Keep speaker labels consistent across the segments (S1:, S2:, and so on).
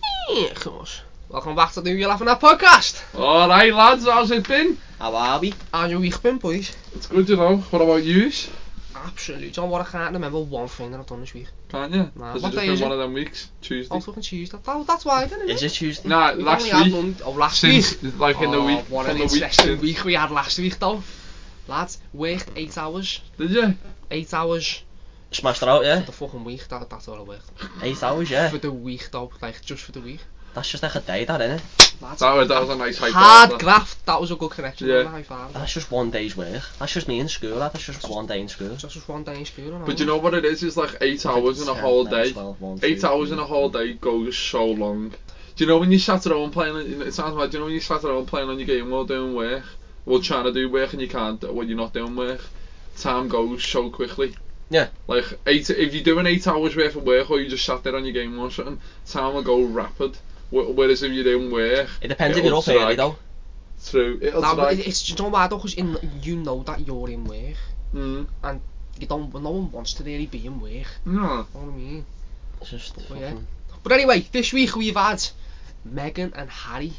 S1: Hey, Gros. We gaan wachten nu heel even naar podcast.
S2: Alright, lads, how's it been?
S3: Awabi.
S1: Are you weak bent, boys?
S2: It's good to know. What about yous?
S1: Absoluut. Dan worden gaan met wel one finger op de week.
S2: Can you?
S1: Nah,
S2: Has
S1: what
S2: it just
S1: day
S2: been
S1: is
S2: one
S1: it?
S2: of them weeks? Tuesday?
S1: Altijd een Tuesday. Dat dat waar, isn't
S3: Is
S1: it?
S3: it Tuesday?
S2: Nah,
S1: We
S2: last
S1: only had
S2: week.
S1: one- Oh, last
S2: Since,
S1: week.
S2: like in the
S1: Oh,
S2: week,
S1: what
S2: from
S1: an
S2: the week
S1: interesting
S2: since.
S1: week we had last week, though. Lads, worked eight hours.
S2: Did you?
S1: Eight hours
S3: Smashed it out, yeah?
S1: for the fucking week. That, that's all I worked.
S3: Eight hours, yeah?
S1: For the week, though. Like, just for the week.
S3: That's just like a day, that, innit?
S1: Lads,
S2: That was, that was a nice high
S1: hard
S2: five, that.
S1: graft. That was a good connection.
S2: Yeah.
S1: Yeah. High five.
S3: That's just one day's work. That's just me in school, lad. That's just one day in school.
S1: Just was one day in school.
S2: But you know what it is? It's like eight hours in a whole day. Eight hours in a whole day goes so long. Do you know when you sat at home playing? you know, It sounds like. Do you know when you sat at home playing on your game while doing work, or trying to do work and you can't when you're not doing work? Time goes so quickly.
S3: Yeah.
S2: Like eight. If you're doing eight hours worth of work, or you just sat there on your game or something, time will go rapid. Wh- Whereas if you're doing work,
S3: It depends if
S2: It'll
S3: you're up early,
S2: drag.
S3: though.
S2: through it'll
S1: Now,
S2: drag.
S1: it- it's, you know why, though? Because you know that you're in work.
S2: Mm.
S1: You don't, no one wants to really be nou in work. You
S2: No.
S1: know what I mean?
S3: It's just
S1: Oh,
S3: fucking...
S1: yeah. But anyway, this week we've had Meghan and Harry.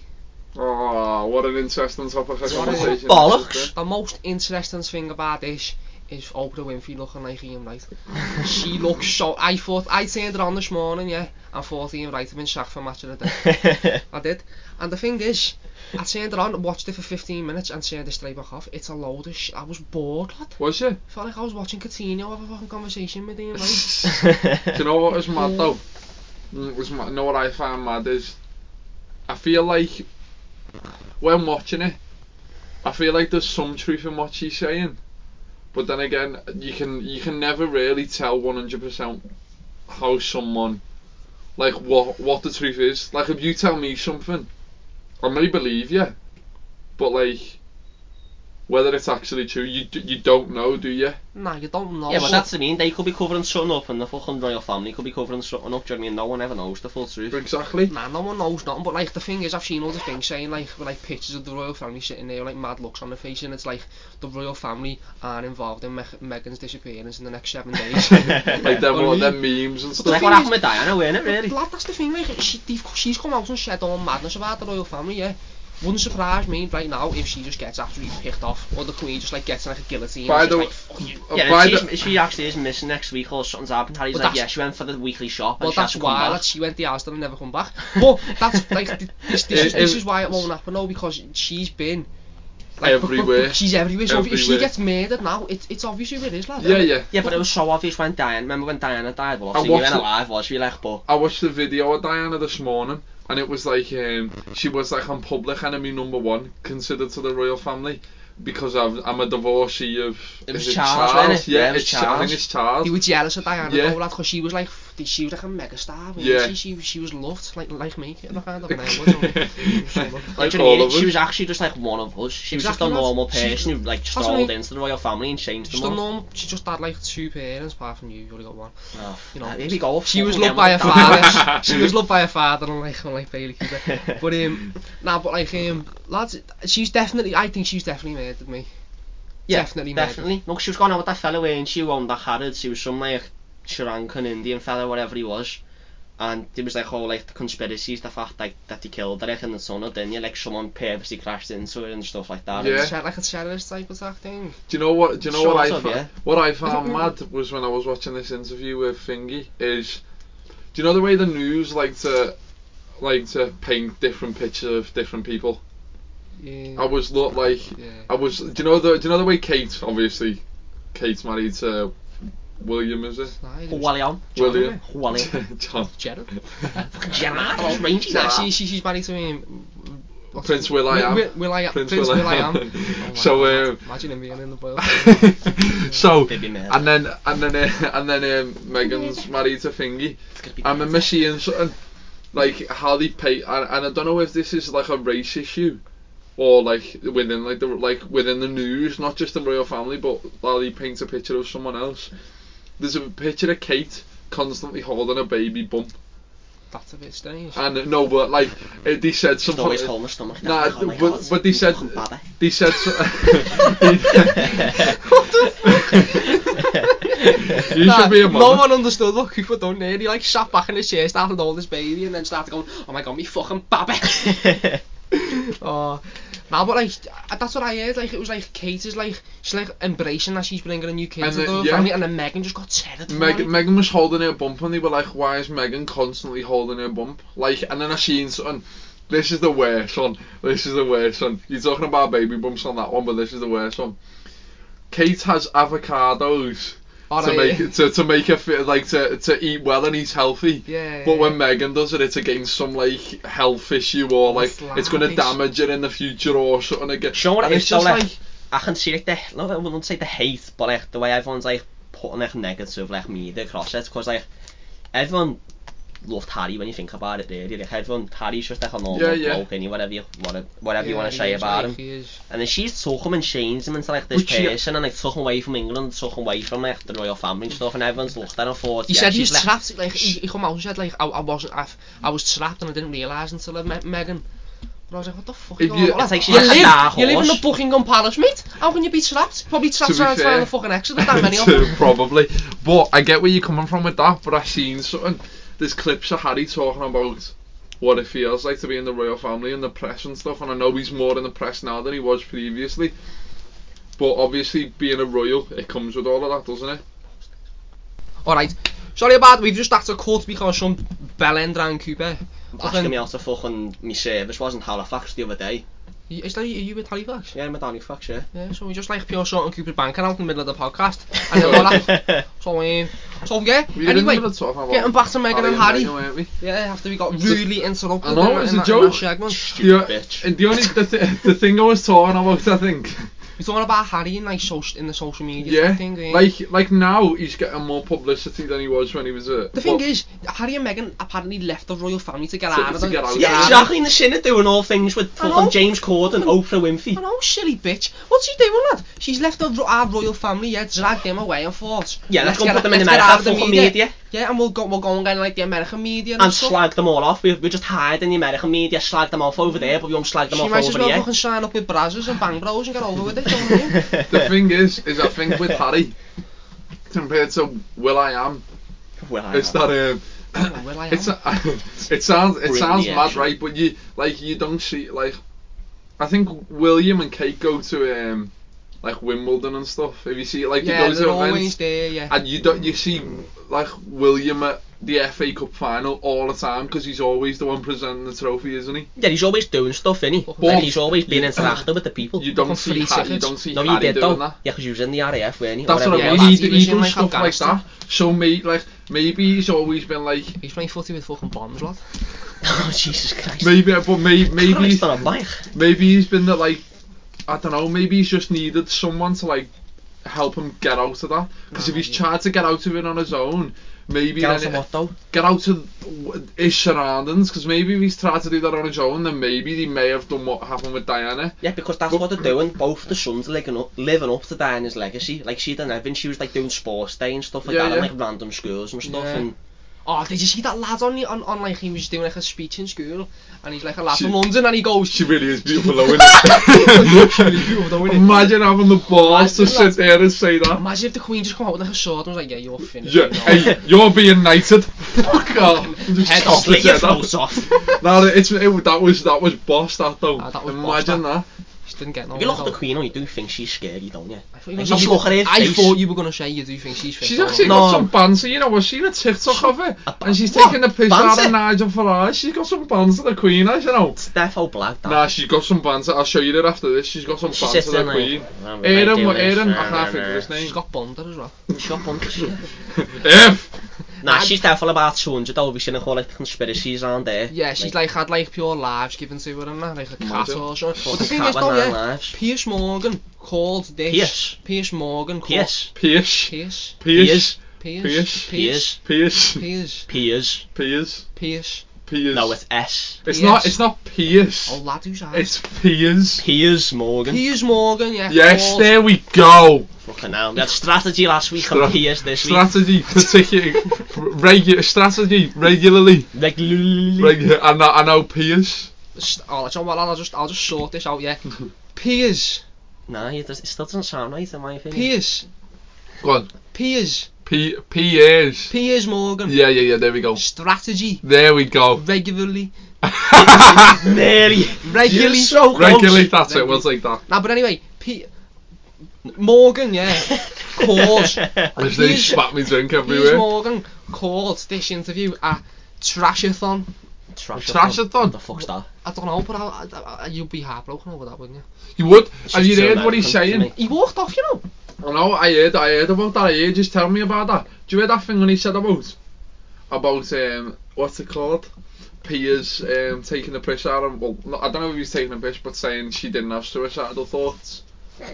S2: Oh, what an interesting topic of
S1: What a-
S2: conversation.
S3: Bollocks.
S1: The most interesting thing about this is Oprah Winfrey looking like him, right? she looks so. I thought I turned her on this morning, yeah, and thought him right. I've been sacked for match of the day. I did. And the thing is, I turned it on, watched it for 15 minutes, and turned it straight back off. It's a load of shit. I was bored, lad.
S2: Was she?
S1: Felt like I was watching Coutinho have a fucking conversation with him, right?
S2: Do you know what is mad though? Mm, It's mad, know what I find mad is I feel like when watching it, I feel like there's some truth in what she's saying, but then again, you can you can never really tell 100% how someone like what what the truth is. Like if you tell me something, I may believe you, but like whether it's actually true, you d- you don't know, do you?
S1: Nah, you don't know.
S3: Yeah, but that's the mean. They could be covering something up, and the fucking royal family could be covering something up. Do you know what I mean? No one ever knows the full truth.
S2: Exactly.
S1: Nah, no one knows nothing, but like the thing is, I've seen all the things saying like with, like pictures of the royal family sitting there, like mad looks on their face, and it's like the royal family aren't involved in Meg Meghan's disappearance in the next seven days.
S2: Like them,
S1: Only-
S2: them memes and
S3: It's
S2: stuff.
S3: like what happened with Diana, weren't it, really?
S1: Lad, that's the thing, like, she, they've, she's come out and said all madness about the royal family, yeah. Wouldn't surprise me right now if she just gets absolutely picked off, or the queen just like gets in like a guillotine.
S2: By
S1: and just,
S2: the way,
S1: like, fuck you.
S2: uh,
S3: Yeah,
S2: by
S3: and
S2: the,
S3: she's, she actually is missing next week or something's happened. Harry's
S1: Well,
S3: like,
S1: that's-
S3: yeah, she went for the weekly shop.
S1: Well,
S3: and she has
S1: that's
S3: to come
S1: why
S3: back.
S1: like, she went the house and never come back. But that's like th- this, this, is,
S2: It-
S1: this
S2: it-
S1: is why it won't happen though because she's been
S2: Everywhere.
S1: she's everywhere. So if- if she
S2: Everywhere.
S1: gets murdered now, it's it's obvious who it is, lad.
S2: yeah, yeah.
S3: Yeah, but it was so obvious when Diana. Remember when Diana died? Well,
S2: I
S3: obviously, we
S2: watched
S3: went
S2: it-
S3: alive, was she? Like, but.
S2: I watched the video of Diana this morning, and it was like um, she was like I'm public enemy number one, considered to the royal family, because I've, I'm a divorcee of.
S3: It was
S2: is
S3: Charles, wasn't it?
S2: Yeah,
S3: Yeah, it was
S2: it's Charles. I think
S3: Charles.
S2: it's Charles.
S1: They were jealous of Diana
S2: Yeah.
S1: though, lad, because she was like f- she was like a megastar. wasn't
S2: Yeah.
S1: She? she she was loved like like me. You know, kind of, and I was, so-
S2: Like
S3: Like, do you know what I
S2: all
S3: mean?
S2: of
S3: She
S2: us.
S3: was actually just like one of us. She was just a
S1: Exactly, lads.
S3: normal
S1: She-
S3: person who like
S1: what I
S3: strolled
S1: mean.
S3: into the royal family and changed
S1: She's
S3: them
S1: the
S3: all.
S1: norm. She just had like two parents, apart from you. You only got one.
S3: Oh,
S1: You know,
S3: here we go.
S1: Ah, She was
S3: fucking
S1: loved by her
S3: Emma Diana.
S1: father. she was loved by her father, unlike unlike Bailey Cooper. But um, nah, but like um, lads, she's definitely. I think she's definitely murdered me.
S3: Yeah,
S1: definitely murdered.
S3: Definitely. Look, she was going out with that fella, weren't she? Who owned that Harrods. He was some like Sri Lankan Indian fella, whatever he was. And there was like all like the conspiracies, the fact like that he killed her like, in the tunnel, didn't you? Like someone purposely crashed into her and stuff like that.
S2: Yeah.
S1: It's like a terrorist type attack thing.
S2: Do you know what? Do you know
S3: Sort
S2: what I
S3: of,
S2: fa-
S3: yeah.
S2: what I found mad was when I was watching this interview with Thingy is, do you know the way the news like to, like to paint different pictures of different people?
S1: Yeah.
S2: I was look like
S1: yeah.
S2: I was. Do you know the? Do you know the way Kate? Obviously, Kate's married to William, is it?
S1: Nah, it
S3: Who
S1: was
S3: Wally on?
S2: William.
S3: Who Wally on?
S2: John.
S1: Gerald.
S3: Gerard.
S1: Oh,
S3: Strange
S1: nah,
S3: that.
S1: she, she, she's married to him. What's
S2: Prince Will I am.
S1: Will, Will I am. Prince, Will, I am. Oh my
S2: so
S1: God,
S2: um,
S1: imagine him being in the boil.
S2: so
S3: Baby man.
S2: and then and then uh, and then um, Megan's married to Thingy.
S3: It's gonna be
S2: I remember seeing something like how they pay, and, and I don't know if this is like a race issue or like within like the like within the news, not just the royal family, but how they paint a picture of someone else. There's a picture of Kate constantly holding a baby bump,
S1: That's a bit strange.
S2: and no, but like it, they said
S3: She's
S2: something.
S3: always holding her stomach.
S2: Nah,
S3: down, oh my
S2: but-
S3: God.
S2: but they said-
S3: Fucking bad, eh?
S2: They said so- You
S1: Nou,
S2: should be a mother.
S1: No one understood what Cooper done there. He like sat back in his chair, started holding his baby, and then started going, "Oh my god, me fucking baby." oh, now but like uh, that's what I heard. Like it was like Kate is like she's like embracing that she's bringing a new kid
S2: And
S1: to
S2: then-
S1: the
S2: yeah.
S1: family, and then Megan just got tethered. for
S2: Meg-
S1: it.
S2: Megan was holding her bump and they were like, why is Megan constantly holding her bump? Like, and then I seen something, this is the worst one, this is the worst one. You're talking about baby bumps on that one, but this is the worst one. Kate has avocados
S1: Alright,
S2: to make
S1: yeah.
S2: it to, to make her fit, like to, to eat well and eat healthy.
S1: Yeah,
S2: But when
S1: yeah.
S2: Megan does it, it's against some like health issue or like
S1: It's
S2: it's going to
S1: lavish.
S2: damage her in the future or something again.
S3: Sean
S2: and
S3: is
S2: it's
S3: so
S2: just
S3: like,
S2: like
S3: I can see like the no, I wouldn't say the hate, but like the way everyone's like putting like negative like media across it, because like everyone loved Harry when you think about it, really. Like everyone, Harry's just like a normal
S2: Yeah, yeah.
S3: bloke, any whatever you want, whatever you
S1: Yeah,
S3: want to
S1: he
S3: say
S1: is,
S3: about
S1: like,
S3: him.
S1: he is.
S3: And then she's took him and changed him into like this
S2: Which she-
S3: person, and like took him away from England, took him away from like the royal family and stuff, and everyone's looked at her and thought,
S1: He
S3: yeah,
S1: said he
S3: she's
S1: was
S3: like,
S1: trapped. Like he, he come out and said like I, I wasn't. I, I was trapped and I didn't realise until I met Megan. But I was like, what the fuck? is
S2: If
S1: going
S2: you-
S1: on?
S2: That's
S3: like she's
S1: you,
S3: a
S1: live,
S3: dark
S1: you live in the
S3: horse.
S1: Buckingham Palace, mate. How can you be trapped? Probably trapped
S2: be
S1: trying to
S2: fair-
S1: find a fucking exit. That many of
S2: too,
S1: them.
S2: probably. But I get where you're coming from with that. But I seen something. There's clips of Harry talking about what it feels like to be in the royal family and the press and stuff. And I know he's more in the press now than he was previously. But obviously, being a royal, it comes with all of that, doesn't it?
S1: Alright. Sorry about we've just had to cut because some bellend round Cooper.
S3: asking me out to fucking me service dus was in Halifax the other day.
S1: Y- Is that you, you with Halifax?
S3: Yeah, my Danny Fox, yeah.
S1: Yeah, so we just like pure sort on Cooper's bank account in the middle of the podcast. And then all that. So, um, so yeah,
S2: We were in the
S1: anyway,
S2: middle of talking about
S1: getting back to Meghan and Harry.
S2: weren't we?
S1: Yeah, after we got really interrupted.
S2: I know,
S1: in-
S2: it was
S1: in
S2: a
S1: that- in that
S2: joke.
S1: segment.
S3: Stupid
S2: Yeah,
S3: bitch.
S2: and the only the, th- the thing I was talking about, I think.
S1: We're talking about Harry and like social in the social media
S2: Yeah,
S1: thing. eh?
S2: like like now he's getting more publicity than he was when he was a.
S1: the thing is, Harry and Meghan apparently left the royal family to get
S2: To-
S1: out of
S2: to
S1: the-
S2: get out
S1: to
S2: of
S1: get
S2: it.
S3: Yeah,
S1: out of
S3: exactly in the Senate doing all things with
S1: I know.
S3: fucking James Corden, Oprah Winfrey.
S1: Hello, oh, silly bitch. What's she doing, lad? She's left our, our royal family, yeah, dragged them away and thought.
S3: Yeah, let's go
S1: get-
S3: put them in
S1: let's
S3: America,
S1: get out of the
S3: fucking
S1: media.
S3: media.
S1: Yeah, and we'll go, we'll go and get like the American media and,
S3: And
S1: stuff.
S3: slag them all off. We, we just hide in the American media, slag them off over there, but we won't slag them
S1: She
S3: off
S1: might as
S3: over
S1: well
S3: here.
S1: fucking sign up with Brazzers and Bang Bros and get over with it, don't you?
S2: The thing is, is I think with Harry, compared to Will I Am,
S3: Well, I
S2: it's
S3: know.
S2: that um,
S1: Oh, well, I am.
S2: it's it sounds it
S3: Brilliant
S2: sounds mad,
S3: reaction.
S2: right? But you like you don't see like, I think William and Kate go to um, like Wimbledon and stuff. If you see like
S1: yeah,
S2: you
S1: they're
S2: go to
S1: always
S2: events
S1: there, yeah.
S2: and you don't you see like William at the FA Cup final all the time because he's always the one presenting the trophy, isn't he?
S3: Yeah, he's always doing stuff, isn't he?
S1: But-
S3: And he's always been interacting with the people. Nou,
S2: You
S1: Fucking
S2: don't see
S1: three
S2: Ha- you
S1: seconds.
S2: don't see
S3: no, you
S2: Harry
S3: did though.
S2: doing
S3: Yeah,
S2: that.
S3: 'cause you was in the RAF, weren't you?
S2: That's
S3: Whatever
S2: what I
S1: yeah,
S2: mean.
S1: lads,
S2: He,
S1: he was
S2: he
S1: in,
S2: does
S1: like,
S2: stuff like
S1: Afghanistan.
S2: that. So me, like maybe he's always been like
S1: He's playing footy with fucking bombs, lad.
S3: Oh, Jesus Christ.
S2: Maybe, uh, but maybe, maybe,
S3: Christ on a bike.
S2: maybe he's been that like, I don't know. Maybe he's just needed someone to like help him get out of that. Because if he's tried to get out of it on his own, maybe
S3: Get out
S2: then
S3: of
S2: it-
S3: what though?
S2: get out of w- his surroundings. Because maybe if he's tried to do that on his own, then maybe he may have done what happened with Diana.
S3: Yeah, because that's what they're doing. Both the sons are living up, living up to Diana's legacy. Like she done everything. She was like doing sports day and stuff like
S2: Yeah,
S3: that,
S2: yeah.
S3: and like random schools and stuff.
S1: Yeah.
S3: And
S1: Oh, did you see that lad on, the- on, on like, he was doing like a speech in school and he's like a lad
S2: She-
S1: from London and he goes,
S2: She really is beautiful, though, innit? Imagine having the balls to sit there and say that.
S1: Imagine if the Queen just come out with like a sword and was like, yeah, you're finished.
S2: Yeah, hey, you're being knighted. Fuck off. Just
S3: head
S2: chop his
S3: off, slit your
S2: head off.
S3: throat off.
S2: No, that- it's it, that was that was boss that though.
S1: Ah, that was
S2: Imagine
S1: boss,
S2: that.
S1: She didn't get no
S3: If you look at the
S1: though.
S3: Queen, oh, you do think she's scary, don't you?
S1: I thought you were gonna
S3: Like, just
S1: say-
S3: look at her
S1: I
S3: face.
S1: thought you were going to say you do think she's fit.
S2: She's
S1: though.
S2: actually
S3: No.
S2: got some banter, you know. I've seen a TikTok of her, and she's
S3: What?
S2: taking the piss out
S3: Banter?
S2: of Nigel Farage. She's got some banter, the Queen, as you know.
S3: Steph O'Black, that.
S2: Nah, she's got some banter. I'll show you that after this. She's got some
S3: She
S2: banter,
S3: sits
S2: the
S3: in like,
S2: Queen.
S3: "I'm gonna
S2: Aaron,
S3: do
S2: what
S3: this,
S2: Aaron?
S3: nah,
S2: I can't
S3: nah,
S2: think of his
S3: nah."
S1: She's
S2: name.
S1: got Bonder as well.
S3: Shop on.
S2: F.
S3: nah,
S1: Nou,
S3: she's definitely about 200 over. We've seen all like conspiracies around there.
S1: Yeah, she's like had like pure lives given to her and that, like a cat
S2: Imagine.
S1: or something. But the
S3: Fucking
S1: thing
S3: cat
S1: is
S3: with
S1: though,
S3: nine
S1: yeah,
S3: lives.
S1: Pierce Morgan called this.
S3: Pierce.
S1: Pierce Morgan called.
S3: Pierce.
S2: Pierce.
S1: Pierce.
S2: Pierce.
S1: Pierce. Pierce.
S2: Pierce.
S1: Pierce.
S2: Pierce.
S3: Pierce. Piers.
S2: Pierce.
S1: Pierce.
S2: Pierce.
S3: No, it's Nou, S.
S2: It's not.
S1: Pierce.
S2: It's not Pierce.
S1: Oh, lad, who's that?
S2: It's Piers.
S3: Piers Morgan.
S1: Piers Morgan, yeah.
S2: Yes,
S1: called-
S2: there we go.
S3: Fucking hell. We had strategy last week and
S2: Stra-
S3: Piers this week.
S2: Strategy, particularly regu- strategy regularly.
S3: Like, literally.
S2: Regu- I know, I know Piers.
S1: St- Oh, that's all well, I'll just, I'll just sort this out, yeah. Piers.
S3: Nou, Nah, it, does, it still doesn't sound right in my opinion.
S1: Piers.
S2: Go on.
S1: Piers.
S2: P Piers.
S1: Piers Morgan.
S2: yeah, yeah, yeah. There we go.
S1: Strategy.
S2: There we go.
S1: Regularly.
S3: Nearly.
S1: Regularly.
S3: You're so close.
S2: Regularly, that's it. Was like that.
S1: Now, but anyway, P- Morgan, yeah, called
S2: If they
S1: Piers-
S2: spat me drink
S1: Piers
S2: everywhere.
S1: Morgan called this interview a trashathon.
S3: Trash
S2: Trashathon?
S3: What the fuck's that?
S1: I don't know, but I, I, I, you'd be heartbroken over that, wouldn't you?
S2: You would.
S3: It's
S2: Have
S3: just
S2: you
S3: so
S2: heard what he's
S3: American to
S2: saying?
S3: me.
S1: He walked off, you know.
S2: I know, I heard, I heard about that. I heard, just tell me about that. Do you hear that thing when he said about, about, um, what's it called? Piers um, taking the piss out of, well, no, I don't know if he's taking the piss, but saying she didn't have suicidal thoughts.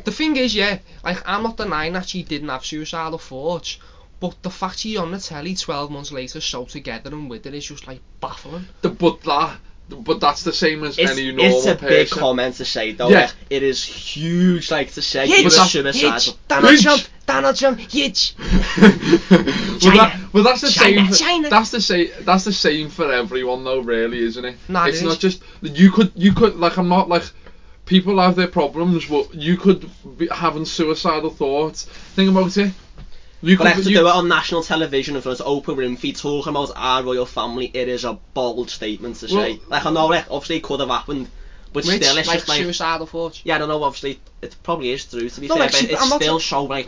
S1: The thing is, yeah, like I'm not denying that she didn't have suicidal thoughts, but the fact she's on the telly 12 months later, so together and with it, is just like baffling.
S2: The, but that, but that's the same as
S3: It's,
S2: any normal
S3: it's a
S2: person.
S3: big comment to say though.
S2: Yeah.
S3: like, it is huge, like to say.
S1: Hitch,
S3: it's
S2: that's-
S1: Hitch,
S3: suicidal.
S1: Donald
S2: Hitch.
S1: Trump, Donald Trump, Hitch.
S2: well, that, well, that's the
S1: China,
S2: same. for-
S1: China.
S2: That's the same. That's the same for everyone, though, really, isn't it?
S1: Nah, it
S2: it's
S1: is.
S2: not just you could you could like I'm not like people have their problems, but you could be having suicidal thoughts. Think about it. You
S3: But I have
S2: could
S3: to
S2: you,
S3: do it on national television in front of Oprah Winfrey talking about our royal family. It is a bold statement to say.
S2: Well-
S3: like I know, like obviously it could have happened, but
S1: Rich,
S3: still, it's
S1: like
S3: just like
S1: suicidal thoughts.
S3: yeah, I don't know. Obviously, it probably is true to be
S1: No,
S3: fair,
S1: like,
S3: but
S1: she-
S3: it's
S1: I'm not
S3: still
S1: t-
S3: so like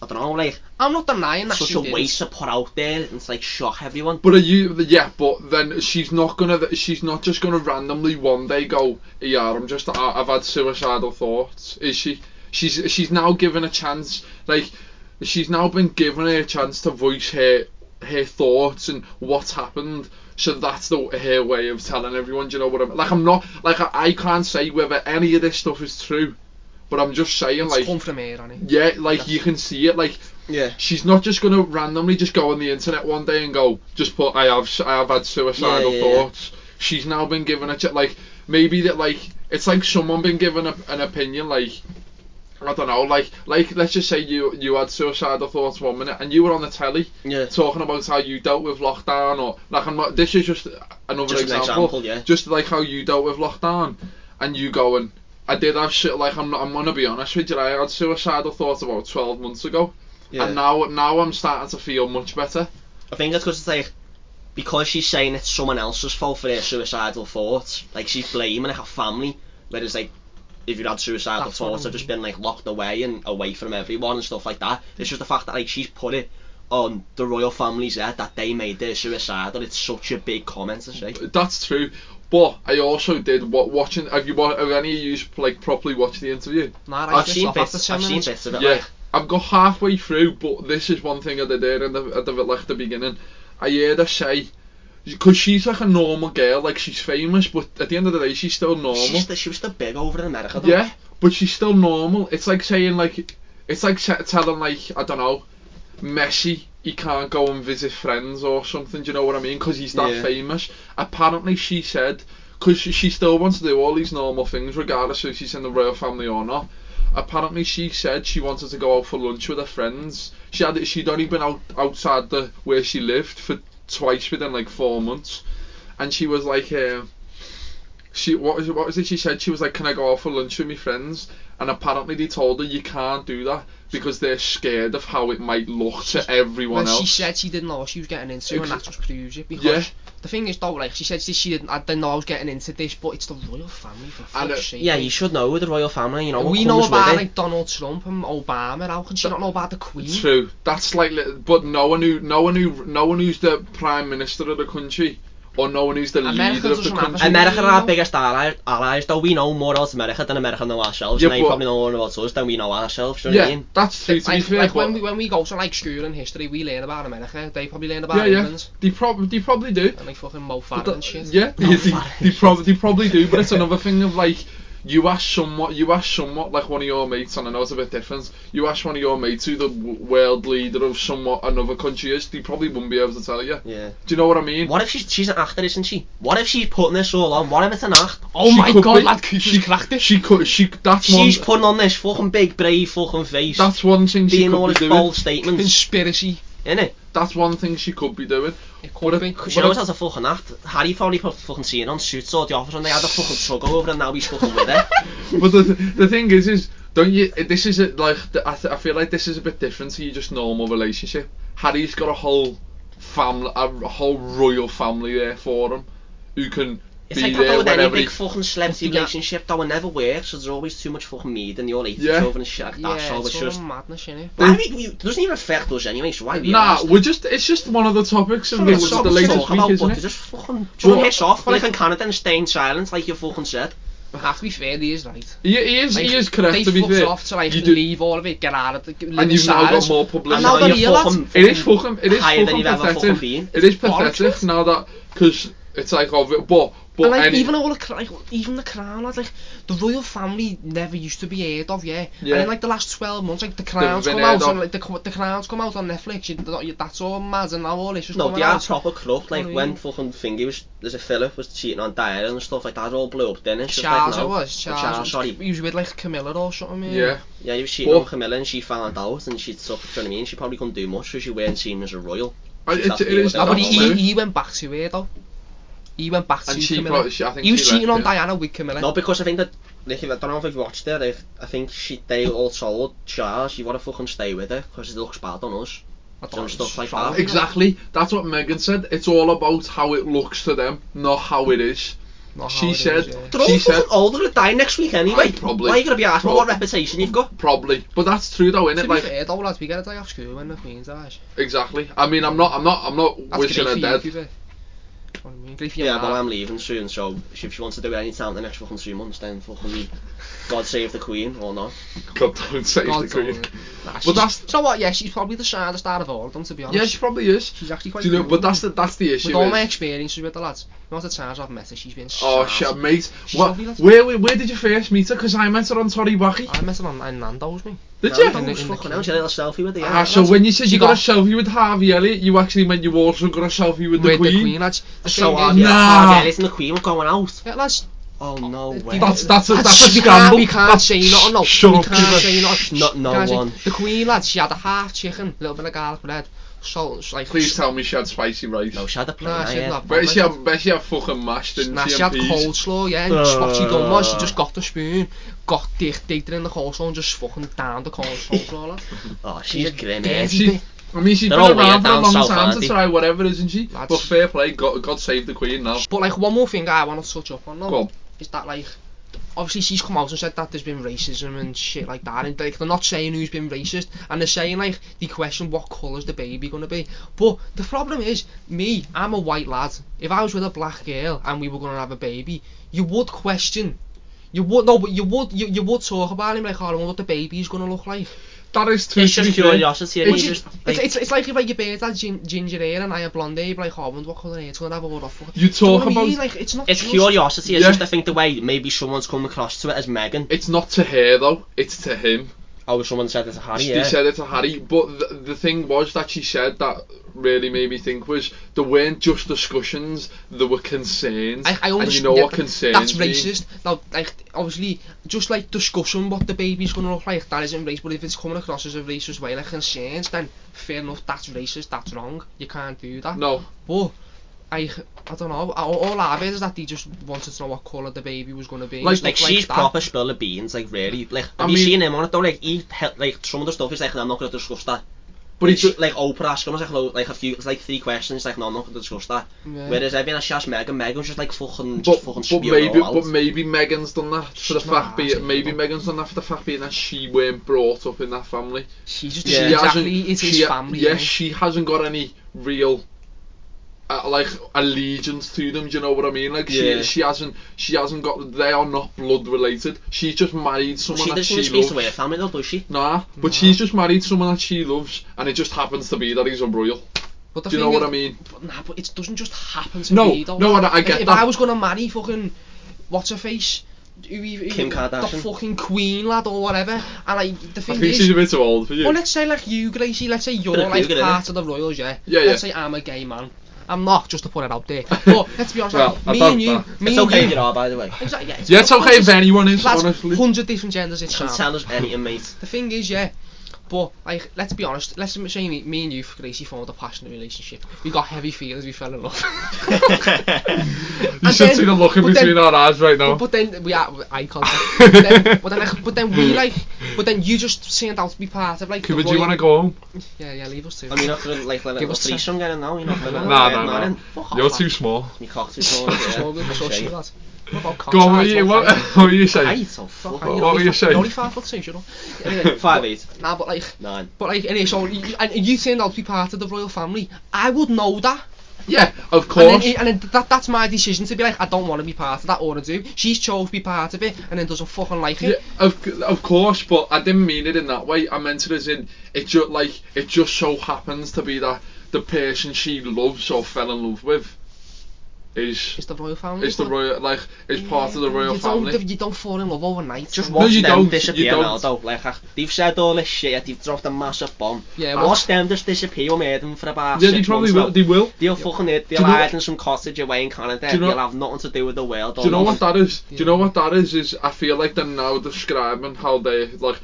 S3: I don't know, like
S1: I'm not denying that
S3: such
S1: she
S3: a
S1: did.
S3: waste to put out there and it's like shock everyone.
S2: But are you? Yeah, but then she's not gonna. She's not just gonna randomly one day go. Yeah, I'm just. I- I've had suicidal thoughts. Is she? She's. She's now given a chance. Like, she's now been given a chance to voice her her thoughts and what's happened. So that's the her way of telling everyone. Do you know what I mean? Like, I'm not. Like, I, I can't say whether any of this stuff is true. But I'm just saying,
S1: It's
S2: like,
S1: come from here, Annie.
S2: yeah, like you can see it, like.
S3: Yeah.
S2: She's not just gonna randomly just go on the internet one day and go just put I have I have had suicidal
S3: Yeah, yeah, yeah.
S2: thoughts. She's now been given a ch- like maybe that like it's like someone been given a, an opinion like I don't know like like let's just say you you had suicidal thoughts one minute and you were on the telly
S3: Yeah.
S2: talking about how you dealt with lockdown or like I'm not this is just another
S3: Just an
S2: example,
S3: example, yeah.
S2: just like how you dealt with lockdown and you going I did have shit like I'm not, I'm gonna be honest with you I had suicidal thoughts about 12 months ago
S3: Yeah.
S2: and now now I'm starting to feel much better.
S3: I think it's because it's like because she's saying it's someone else's fault for their suicidal thoughts. Like she's blaming like her family, whereas like if you had suicidal
S1: That's what
S3: thoughts,
S1: I
S3: have just
S1: mean.
S3: been like locked away and away from everyone and stuff like that. It's just the fact that like she's put it on the royal family's head that they made their suicidal. It's such a big comment to say.
S2: That's true. But I also did what watching. Have you wa- have any of you like properly watched the interview?
S1: Nah,
S3: I've
S1: right,
S3: seen
S1: off after
S3: bits.
S1: 10
S3: I've seen
S1: minutes.
S3: bits of it.
S2: yeah,
S3: Like,
S2: I've got halfway through, but this is one thing I did hear in the, at the like the beginning. I heard her say, because she's like a normal girl, like she's famous, but at the end of the day, she's still normal.
S3: she's the, she was the big over in America. Though.
S2: Yeah, but she's still normal. It's like saying like, it's like sa- telling like I don't know, Messi he can't go and visit friends or something. Do you know what I mean? Because he's that
S3: Yeah.
S2: famous. Apparently, she said because she, she still wants to do all these normal things regardless if she's in the royal family or not. Apparently, she said she wanted to go out for lunch with her friends. She had she'd only been out outside the where she lived for twice within like four months, and she was like. Um, she what was it, what was it she said she was like can I go out for lunch with my friends and apparently they told her you can't do that because they're scared of how it might look to everyone
S1: When she
S2: else
S1: said she didn't know what she was getting into,
S2: Ex-
S1: and that just proves it. Because
S2: Yeah.
S1: the thing is, though, like she said, she she didn't, I didn't know I was getting into this, but it's the royal family for
S2: And it-
S1: fuck's sake.
S3: Yeah, you should know with the royal family. You know what
S1: we know
S3: comes with
S1: about
S3: it.
S1: like Donald Trump and Obama. How can she not know about the Queen?
S2: true that's like li- but no one who no one who no one who's the prime minister of the country or no one who's the
S1: America
S2: leader of the
S1: doesn't have a
S2: country
S1: And
S3: America are our
S1: Yeah.
S3: biggest allies, allies, though we know more about America than America know ourselves.
S2: Yeah,
S3: and they
S2: but-
S3: probably know more about us than we know ourselves. Do you know what I
S2: yeah
S3: mean?
S2: that's true to be
S1: Like,
S2: fair
S1: like
S2: but
S1: when we when we go to like school in history, we learn about America. They probably learn about
S2: yeah yeah
S1: England
S2: they probably they probably do
S1: and like fucking Mo
S2: But
S1: Farah
S2: that-
S1: and shit.
S2: Yeah, they, they, they, prob- they probably do, but it's another thing of like you ask somewhat, you ask somewhat like one of your mates, and I know it's a bit different. You ask one of your mates who the w- world leader of somewhat another country is, they probably wouldn't be able to tell you.
S3: Yeah.
S2: Do you know what I mean?
S3: What if she's she's an actor, isn't she? What if she's putting this all on? What if it's an act?
S1: Oh
S2: She
S1: my
S2: could
S1: God,
S2: be-
S1: lad, Cooper's
S2: she
S1: cracked it.
S2: She could. She that's
S3: She's
S2: one.
S3: putting on this fucking big brave fucking face,
S2: That's one thing she
S3: being all
S2: could be
S3: these
S2: doing.
S3: bold statements,
S1: Conspiracy.
S3: innit?
S2: That's one thing she could be doing.
S1: It
S2: What
S1: could
S2: if-
S1: be.
S3: Because she
S2: Well,
S3: knows that's a fucking act. Harry probably put fucking scene on suits or the office, and they had a fucking tug over, and now he's fucking with it.
S2: But the, the thing is, is don't you? This is a, like the, I, th- I feel like this is a bit different to your just normal relationship. Harry's got a whole family, a whole royal family there for him, who can
S3: It's
S2: be
S3: like
S2: there
S3: that with any
S2: whenever he
S3: big fucking celebrity
S1: Yeah.
S3: relationship that will never work, so there's always too much fucking mead and you're like,
S2: Yeah.
S3: over and shit like
S2: Ah,
S3: that,
S1: yeah,
S3: so
S1: it's
S3: it's
S1: all
S3: just...
S1: madness, innit?
S3: Why we, we, it doesn't even affect us anyway, so why we
S1: Nou,
S2: Nah,
S3: asked?
S2: we're just it's just one of the topics and
S3: Sure,
S2: this
S3: it's
S2: is
S3: not
S2: the
S3: much to
S2: latest
S3: talk about,
S2: week, isn't
S3: but
S2: it?
S3: Just fucking, just
S2: Well-
S3: piss off, like
S1: like-
S3: in Canada and stay in silence, like you fucking said.
S1: Have to be fair, he is right.
S2: He, he is
S1: Like,
S2: he is correct
S1: they
S2: to be
S1: fucked
S2: fair.
S1: off to like
S2: you do-
S1: leave all of it, get out of the live
S2: and
S1: in
S2: you've now got
S1: silence.
S2: more
S1: And
S2: publicity.
S1: now
S3: Now
S1: they're
S3: you're
S1: here, lads.
S3: fucking-
S2: It is fucking. It is
S3: higher
S2: fucking
S3: than you've ever
S2: pathetic.
S3: fucking been.
S2: It is
S1: bollocks,
S2: pathetic now that because it's like of it, but but
S1: And like
S2: any,
S1: even all the cr- like, even the crown, lad, like the royal family never used to be heard of, yeah.
S2: Yeah.
S1: And in like the last twelve months, like the crowns
S2: been
S1: come
S2: heard
S1: out,
S2: of.
S1: and like the, co- the crowns come out on Netflix. You, th- that's all mad, and now all this is
S3: No,
S1: coming
S3: they are
S1: out.
S3: proper corrupt. Like
S1: Oh,
S3: when
S1: yeah.
S3: fucking Thingy was, there's a Philip was nou cheating on Diana and stuff like that. All blew up. Then it's just
S1: Charles,
S3: like
S1: it
S3: no.
S1: was Oh. Charles.
S3: Charles, sorry.
S1: He was with like Camilla or something.
S2: yeah.
S3: Yeah, he was cheating
S2: Well-
S3: on Camilla and she found out and she took. Do you know what I mean? She probably couldn't do much because she weren't seen as a royal.
S2: I-
S3: She's
S2: It,
S3: happy
S2: it is.
S3: with
S1: No,
S3: that
S1: Ah, but
S3: now,
S1: he,
S2: he,
S1: he went back to her though. He went back
S2: and
S1: to
S2: she
S1: Camilla.
S2: probably. She, I think
S1: He was
S2: she
S1: cheating on
S2: left, yeah.
S1: Diana with Camilla.
S3: No, Nou, because I think that. Like, I don't know if you've watched it. If, I think she they all told Charles, you want to fucking stay with her because it looks bad on us.
S1: I
S3: some
S1: thought it was
S3: stuff like
S1: strong,
S3: that.
S1: you know.
S2: Exactly. That's what Megan said. It's all about how it looks to them, not how it is.
S1: Not how
S2: she
S1: it is,
S2: said.
S1: yeah.
S3: They're all
S2: She
S3: fucking
S2: said
S3: old. They're gonna die next week anyway.
S2: probably.
S3: Why are you gonna be asking
S2: Prob-
S3: what reputation you've got?
S2: probably, but that's true though,
S1: To
S2: innit?
S1: be
S2: Like
S1: fair though, lads, we get a day off school when the Queen's dies.
S2: exactly. I mean, I'm not. I'm not. I'm not
S1: That's
S2: wishing her
S1: great for you,
S2: dead.
S1: to be fair. That's what I mean. Great for your
S3: Yeah, but
S1: man.
S3: I'm leaving soon, so if she wants to do it any time in the next fucking three months, then fucking God save the Queen or not.
S2: God don't save
S1: God
S2: the queen.
S1: don't. Nah,
S2: But
S1: she's-
S2: that's-
S1: so what? Yeah, she's probably the saddest out of all of them, to be honest.
S2: Yeah, she probably is.
S1: she's actually quite.
S2: Do you know?
S1: cool.
S2: But that's the that's the
S1: with
S2: issue.
S1: all
S2: is-
S1: my experiences with the lads, not the times I've met her, she's been.
S2: Oh
S1: sad.
S2: shit, mate.
S1: She's
S2: What,
S1: lovely, that's-
S2: where, where where did you first meet her? Because I met her on Torry Wacky.
S1: I met her on in Nando's, me.
S2: Did
S3: No,
S2: you?
S3: that
S1: in the-
S3: was
S1: in the
S3: fucking hell, she had a little selfie with the
S2: Ah,
S3: yeah.
S2: so when you said
S1: She
S2: you got a
S1: got-
S2: selfie with Harvey Elliott, you actually meant you also got a selfie with the
S1: with
S2: Queen.
S1: the Queen, lads. The
S3: So
S1: thing
S3: hard,
S1: is-
S3: yeah,
S2: Nah.
S3: hard, yeah, listen, the Queen was going out.
S1: Yeah, lads.
S3: Oh, no
S1: the-
S3: way.
S2: That's that's a,
S1: lads,
S2: that's a
S1: we can't,
S2: scandal.
S1: we can't
S2: That's-
S1: say not no.
S2: Shut
S1: we
S2: up,
S1: can't
S2: Cuba.
S1: say not.
S3: Not- no
S1: can't say-
S3: one.
S1: The Queen, lads, she had a half chicken, a little bit of garlic bread, salt, and, like.
S2: Please tell me she had spicy rice.
S3: No, she had a plane.
S1: Nah, she didn't have
S2: bet she
S1: vomit.
S2: had bet she had fucking mashed didn't
S1: Nah,
S2: she?
S1: she had
S2: and peas?
S1: coleslaw, yeah, and just what she done was, dus she
S3: Uh.
S1: just got the spoon, got dick digged in the coleslaw and just fucking down the coleslaw, lad.
S3: Oh, she's a grim,
S1: Yeah,
S3: eh?
S1: she-
S2: She, I mean, she's
S3: They're
S2: been
S3: all weird
S2: around for a
S3: down
S2: long
S3: south,
S2: time
S3: aren't
S2: to
S3: they?
S2: try whatever, isn't she?
S1: That's-
S2: But fair play, God, God save the Queen now.
S1: But like one more thing I want to touch up on though
S2: Go on.
S1: nou, is that like obviously she's come out and said that there's been racism and shit like that and like they're not saying who's been racist and they're saying like they question what colour's the baby gonna be. But the problem is me, I'm a white lad. If I was with a black girl and we were gonna have a baby, you would question. You would no, but you would you, you would talk about him like, oh, I wonder what the baby's gonna look like.
S2: That is true.
S3: It's
S2: to
S3: just
S2: be fair.
S3: curiosity, and
S2: It's-
S3: you just.
S1: It's,
S3: like-
S1: it's, it's like if like your beard had gin, ginger hair and I had blonde hair, you'd be like, oh, I wonder what colour hair it's gonna have or what the fuck.
S2: You
S1: Do know
S2: talk
S1: what I
S2: about
S1: mean? like it's not
S3: It's
S1: just-
S3: curiosity, it's
S2: Yeah.
S3: just I think the way maybe someone's come across to it as Megan.
S2: It's not to her though. It's to him.
S3: Oh, someone said it's a Harry,
S2: They
S3: yeah.
S2: said it to Harry, but the, the thing was that she said that really made me think was there weren't just discussions, there were concerns.
S1: I, I
S2: and
S1: understand
S2: you know
S1: yeah,
S2: what
S1: but
S2: concerns
S1: That's
S2: mean.
S1: racist. Now, like, obviously, just like discussing what the baby's going to look like, that isn't racist. But if it's coming across as a racist way, like concerns, then fair enough, that's racist, that's wrong. You can't do that.
S2: No,
S1: But, I, I don't know. All, all I've heard is that they just wanted to know what colour the baby was going to be. and
S2: Like-
S1: stuff
S3: Like she's
S1: that.
S3: proper spill of beans, like really. Like have
S2: I
S3: you
S2: mean-
S3: seen him on it though? Like he, he- like some of the stuff is like I'm not gonna discuss that.
S2: but he
S3: like, she,
S2: ju-
S3: like Oprah asked him was like, lo- like a few, it's like three questions. Like no, I'm not gonna discuss that.
S1: Yeah.
S3: Whereas everyone has shouts Megan, Megan's just like fucking,
S2: but,
S3: just fucking
S2: but
S3: spewing
S2: maybe
S3: all out.
S2: but maybe Megan's done that for the
S1: She's not
S2: fact being
S1: actually,
S2: maybe
S1: no.
S2: Megan's done that for the fact being that she weren't brought up in that family.
S1: She just
S3: Yeah.
S1: yeah.
S2: She
S1: exactly. It's
S2: she,
S1: his family.
S2: Yeah,
S1: innit?
S2: she hasn't got any real uh, like allegiance to them. Do you know what I mean? Like
S3: Yeah.
S2: she she hasn't she hasn't got they are not blood related. She's just married someone
S3: she
S2: that
S3: doesn't
S2: she
S3: even speak
S2: loves.
S3: to her family though, does she?
S2: Nah, but
S1: Nah.
S2: she's just married someone that she loves, and it just happens to be that he's a royal.
S1: But the
S2: Do you know
S1: thing
S2: what
S1: is-
S2: I mean?
S1: But nah, but it doesn't just happen to
S2: No,
S1: me though.
S2: no,
S1: lad.
S2: I- I get
S1: if, If
S2: that.
S1: I was gonna marry fucking what's her face, who, who, who-
S3: Kim
S1: the
S3: Kardashian.
S1: fucking queen lad or whatever, and like the
S2: I
S1: thing
S2: think she's
S1: is.
S2: a bit too old for you.
S1: Well, let's say like you, Gracie. Let's say you're
S3: Bit of
S1: like
S3: Coogan,
S1: part of the royals, yeah.
S2: Yeah,
S1: Let's say
S2: yeah.
S1: I'm a gay man. I'm not, just to put it out there. But let's be honest,
S2: Well,
S1: like, me
S2: about
S1: and you,
S2: that.
S1: me
S3: it's
S1: and
S3: okay
S1: you.
S3: if you are, by the way.
S1: Exactly, yeah, it's,
S2: yeah, it's okay if anyone is, honestly.
S1: Hundred different genders, it's
S3: Can
S1: sound.
S3: tell us anything, mate.
S1: The thing is, yeah, but like, let's be honest. Let's say me, me and you, Gracie, formed a passionate relationship. We got heavy feelings. We fell in love.
S2: You
S1: And
S2: should
S1: then-
S2: see the look in
S1: but then-
S2: between our eyes right now.
S1: But, but then we are eye contact. but, then, but then like, but then we like But then you just stand out to be part of like. the
S2: Cooper, do you
S1: royal-
S2: want to go home?
S1: Yeah, yeah, leave us to.
S3: I mean, not gonna like let
S1: Give
S3: a
S1: us a-
S3: threesome get in now. You're not gonna.
S2: Nah,
S3: get
S2: nah,
S3: mine
S2: nah.
S3: in.
S1: Oh, Fuck off,
S2: You're
S1: lad.
S2: too small.
S3: Me cock's too small.
S1: Small
S3: yeah.
S1: girl, so she
S3: Okay.
S1: does. What about cock
S2: Go on, what
S1: size,
S2: were you,
S1: what
S2: what,
S1: size?
S2: what were you saying?
S3: Eight
S1: Fuck,
S3: or fuck.
S1: are
S2: What
S1: you
S2: were
S1: only
S2: you
S1: fi-
S2: saying?
S1: You're only five foot six, you know. Anyway,
S3: Five eight.
S1: nah, but like,
S3: Nine.
S1: but like, anyway, so you- and you turned out to be part of the royal family. I would know that.
S2: Yeah, of
S1: And then,
S2: course.
S1: and then that, that's my decision to be like, I don't want to be part of that, or I do. She's chose to be part of it, and then doesn't fucking like
S2: Yeah,
S1: it.
S2: of, of course, but I didn't mean it in that way. I meant it as in it just like it just so happens to be that the person she loves or fell in love with is
S1: It's the royal family.
S2: is the
S1: but
S2: royal like is part of the royal
S1: you
S2: family.
S1: Don't, you don't fall in love overnight.
S3: Just
S1: so-
S2: No,
S3: watch
S2: you
S3: them
S2: don't, you
S3: disappear
S2: don't.
S3: now, though. Like, uh, they've said all this shit, they've dropped a massive bomb.
S1: Yeah,
S3: And
S1: well-
S3: watch them just dus disappear. We made them for about
S2: Yeah, they
S3: six
S2: probably
S3: months
S2: will.
S3: now.
S2: They will.
S3: They'll fucking it. They'll
S2: you know
S3: hide
S2: what-
S3: in some cottage away in Canada.
S2: Do you know-
S3: They'll have nothing to do with the world.
S2: Do you know
S3: or
S2: what
S3: nothing.
S2: that is? Do you know what that is? Is I feel like they're now describing how they like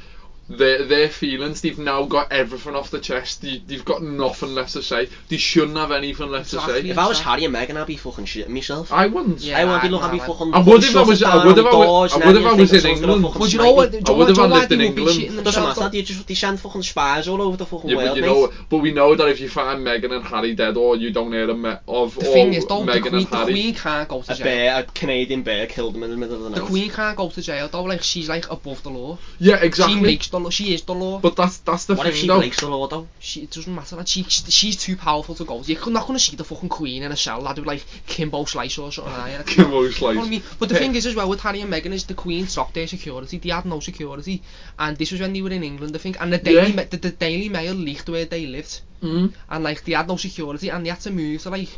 S2: their their feelings. They've now got everything off the chest. They, they've got nothing left to say. They shouldn't have anything left
S1: Exactly.
S2: to
S3: If
S2: say.
S3: I was Harry and Meghan, I'd be fucking shitting myself.
S2: I wouldn't.
S1: Yeah.
S3: I would be
S1: I-
S3: looking, I'd be
S1: I-
S3: fucking.
S2: I would if I
S3: shutting
S2: was- I
S3: down
S2: would if I
S3: on
S2: was-
S3: doors,
S2: I
S3: and
S2: would if
S3: everything,
S2: I was in
S3: someone's gonna
S2: England.
S3: fucking
S1: But you
S3: snipe
S1: know
S3: me.
S1: what? Do
S2: I
S1: you know
S2: would
S1: what-
S2: have
S1: do you know
S2: lived
S1: why
S2: in
S1: people be
S2: England.
S1: shitting
S3: Doesn't
S1: themselves?
S3: matter. They just they send fucking spies all over the fucking
S2: Yeah,
S3: world.
S2: but you
S3: mate.
S2: know, but we know that if you find Meghan and Harry dead, or you don't hear them of
S1: The
S2: or
S1: thing is, though, the
S2: Meghan
S1: queen,
S2: and
S1: the
S2: Harry.
S1: queen can't go to
S3: a
S1: jail.
S3: bear, a Canadian bear, killed him in the middle of the night.
S1: The queen can't go to jail, though. Like she's like above the law.
S2: Yeah,
S1: She
S2: exactly.
S1: makes the law. She is the law.
S2: But that's that's the
S3: What if
S2: thing
S3: she
S2: though.
S3: breaks the law though?
S1: She, it doesn't matter. Like, she, she's too powerful to go. You're not gonna see the fucking queen in a cell. I do like Kimbo Slice or something. Like that.
S2: Kim Rose
S1: You know what I
S2: Slice.
S1: mean? But the thing is as well with Harry and Meghan is the Queen stopped their security. They had no security, and this was when they were in England, I think. And the Daily
S2: Yeah.
S1: Ma- the, the Daily Mail leaked where they lived,
S2: Mm.
S1: and like they had no security, and they had to move to like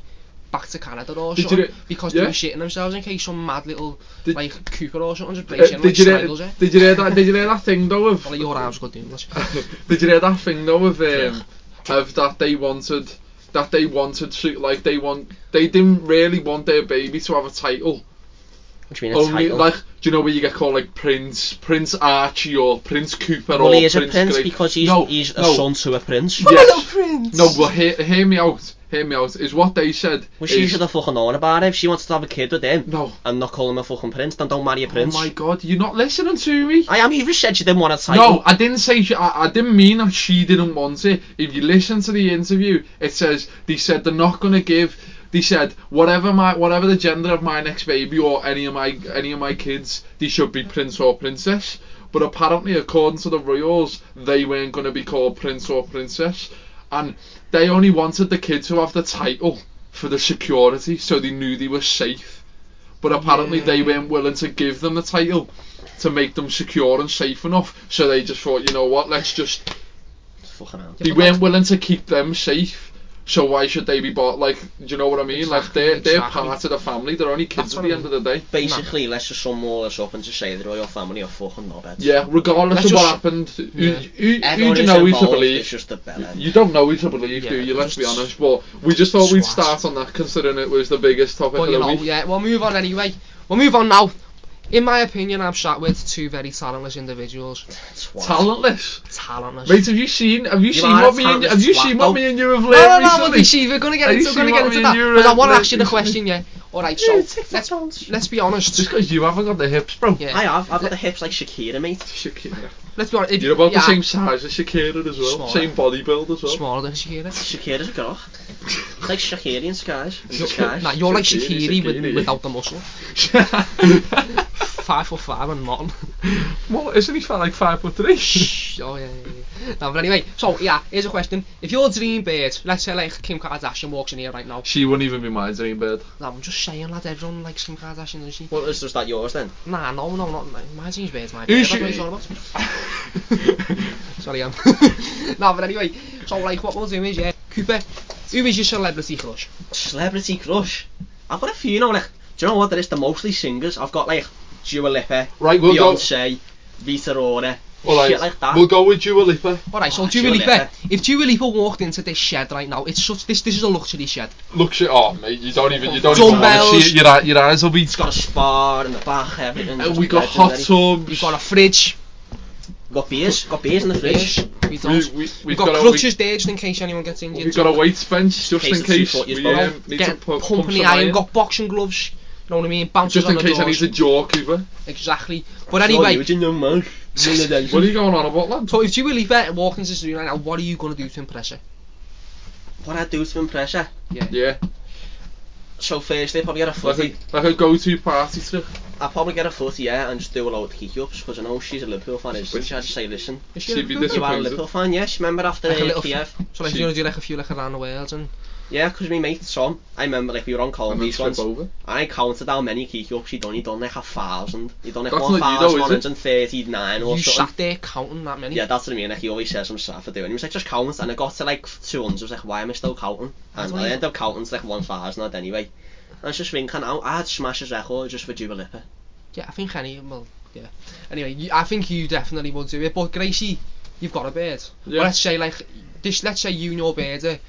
S1: back to Canada or
S2: Did you
S1: something
S2: do-
S1: because they
S2: yeah.
S1: were shitting themselves in case some mad little
S2: Did-
S1: like Cooper or something just
S2: Uh,
S1: breaks in and like,
S2: did you hear,
S1: strangles you.
S2: did you hear that? Did you hear that thing though of?
S1: Well, your arms got doing this.
S2: did you hear that thing though of um, of that they wanted that they wanted to like they want they didn't really want their baby to have a title.
S3: What do you mean a
S2: Only
S3: title?
S2: like do you know where you get called like Prince Prince Archie or Prince Cooper
S3: well,
S2: or
S3: he is a
S2: Prince
S3: prince
S2: Greg.
S3: because he's,
S2: no,
S3: he's a
S2: no,
S3: son to a prince.
S1: Hello,
S2: Yes.
S1: Prince.
S2: No, but hear, hear me out. Hear me out. Is what they said.
S3: Well, she
S2: is-
S3: should have fucking known about it. If she wants to have a kid with him
S2: No.
S3: and not call him a fucking prince, then don't marry a prince.
S2: Oh my god, you're not listening to me.
S3: I am. He just said she didn't want a title.
S2: No, I didn't say. She, I, I didn't mean that she didn't want it. If you listen to the interview, it says they said they're not gonna give. They said whatever my whatever the gender of my next baby or any of my any of my kids, they should be prince or princess. But apparently, according to the royals, they weren't gonna be called prince or princess, and they only wanted the kid to have the title for the security, so they knew they were safe. But apparently, they weren't willing to give them the title to make them secure and safe enough. So they just thought, you know what, let's just.
S3: Fucking hell.
S2: They weren't willing to keep them safe. So why should they be bought? Like, do you know what I mean? Like,
S1: Exactly,
S2: they're, they're
S1: exactly.
S2: part of the family. They're only kids
S1: That's
S2: at
S1: what
S2: the
S1: I
S2: end of the day.
S3: Basically, let's just sum all this up and just say the royal family are fucking knobheads.
S2: Yeah, regardless
S1: Let's
S2: of what
S1: just-
S2: happened, who,
S1: Yeah.
S2: who, who
S3: Everyone
S2: do you
S3: who's
S2: know who's to
S3: involved
S2: believe?
S3: is just a bellend.
S2: You don't know who to believe, do
S1: Yeah,
S2: you? Let's be
S1: just
S2: honest. But we just thought we'd
S1: swat.
S2: start on that, considering it was the biggest topic
S1: Well,
S2: of the
S1: you know,
S2: week.
S1: yeah, we'll move on anyway. We'll move on now. In my opinion, I'm sat with two very talentless individuals.
S3: Twat.
S2: Talentless,
S1: Talentless.
S2: mate. Have you seen? Have you, seen
S3: are a
S2: what me? And,
S3: talentless
S2: have you
S3: twat,
S2: seen what
S3: though.
S2: me and you have
S1: No, no,
S2: learned
S1: no, but
S2: recently?
S1: you see, we're gonna get
S2: Are you
S1: into, we're gonna
S2: seeing
S1: get
S2: what
S1: into
S2: me
S1: that.
S2: and you
S1: Because I
S2: were
S1: want to
S2: like
S1: ask you the
S2: recently?
S1: question, yeah. Alright,
S3: Yeah,
S1: so
S3: take the
S1: let's,
S3: chance.
S1: let's be honest.
S2: Just because you haven't got the hips, bro.
S1: Yeah.
S3: I have. I've got the hips like Shakira, mate.
S2: Shakira.
S1: Let's be honest. If,
S2: You're about
S1: yeah,
S2: the same size as Shakira as well.
S1: Smaller.
S2: Same body build as well.
S1: Smaller than Shakira.
S3: Shakira's a girl. It's like Shakira in skies. In the skies.
S1: Nah, you're like
S2: Shakiri,
S1: Shakiri
S2: Shakiri.
S1: with, without the muscle. Five foot five and mutton.
S2: well, isn't he fi- like five foot three?
S1: Shh. Oh yeah, yeah, yeah. No, but anyway, so yeah, here's a question. If your dream bird, let's say like Kim Kardashian walks in here right now. Nou,
S2: She wouldn't even be my dream bird.
S1: No, I'm just saying, lad. Everyone likes Kim Kardashian, Nou, doesn't she?
S3: What is just that yours then?
S1: Nah, no, no, not my dream bird's my
S2: Who
S1: bird. That's
S2: should-
S1: what it's all about. Sorry, I'm. no, but anyway, so like what we'll do is, yeah, Cooper, who is your celebrity crush?
S3: Celebrity crush. I've got a few, you know, like, do you know what? There is the mostly singers. I've got like Dua Lipa,
S2: Right, we'll go-
S3: Beyonce, Vita Ora,
S2: Alright,
S3: shit like that.
S2: We'll go with Dua Lipa.
S1: Alright, so
S3: Oh,
S1: Dua
S3: Dua
S1: Lipa.
S3: Lipa.
S1: If Dua Lipa walked into this shed right now, it's such this this is a luxury shed.
S2: Look shit off, mate. You don't even. You don't even want
S1: Dumbbells.
S2: to see it. Your, eye- your eyes will be.
S3: It's got a spa in the back, everything.
S2: Uh,
S3: It's
S2: we got hot
S3: legendary.
S2: tubs.
S1: You've got a fridge.
S3: Got beers. Got beers in the fridge.
S1: Fish. We
S2: we,
S1: don't.
S2: we, we've,
S1: We've
S2: got,
S1: got
S2: a,
S1: crutches there just in case anyone gets
S2: We,
S1: injured.
S2: have got a weights bench just
S3: Case
S2: in
S3: the two
S2: case
S3: foot is
S2: we
S3: broke.
S2: um, need to
S1: Get
S2: pu- pump
S1: pumping the
S2: some
S1: iron.
S2: iron.
S1: Got boxing gloves. know what I mean? Bouncers
S2: Just in
S1: on the
S2: case I
S1: doors.
S2: need to jaw Cooper.
S1: Exactly. But anyway,
S3: you know, man.
S2: What are you going on about, lad?
S1: so if Dua Lipa walked into the studio right now, what are you going to do to impress her?
S3: What I do to impress her?
S2: Yeah,
S3: So first, they probably get a
S2: like
S3: footy.
S2: a, like a go-to party trick.
S3: I probably get a footy, yeah, and just do a load of kick ups because I know she's a Liverpool fan, isn't she? I just say, listen,
S1: Is she
S2: She'd be
S1: Liverpool?
S2: dis-
S3: you are a
S2: Suppose it.
S3: Liverpool fan, yes. Remember after
S1: Like a
S3: uh,
S1: little-
S3: Kiev?
S1: So like
S2: She-
S1: you're going to do like a few like around the world and
S3: Yeah, because my mate Tom, I remember like we were on
S2: And then
S3: Columbies
S2: trip
S3: once.
S2: over.
S3: I counted how many kick ups he'd done. He'd done like a thousand. He'd done like
S2: That's
S3: one
S2: not you though,
S3: thousand
S2: is
S3: one
S2: it?
S3: hundred thirty-nine or
S1: you
S3: something.
S1: sat there counting that many.
S3: Yeah, that's what I mean. Like he always says I'm sad for doing. it. He was like, just count, and I got to like 200. I was like, why am I still counting?
S1: That's
S3: And
S1: what
S3: I
S1: he-
S3: ended up counting to like 1,000 odd anyway. And I was just thinking, I- I'd smash his record just for Dua Lipa.
S1: Yeah, I think any. Well, yeah. Anyway, you, I think you definitely would do it. But Gracie, you've got a beard.
S2: Yeah.
S1: Well, let's say like this. Let's say you and your beard are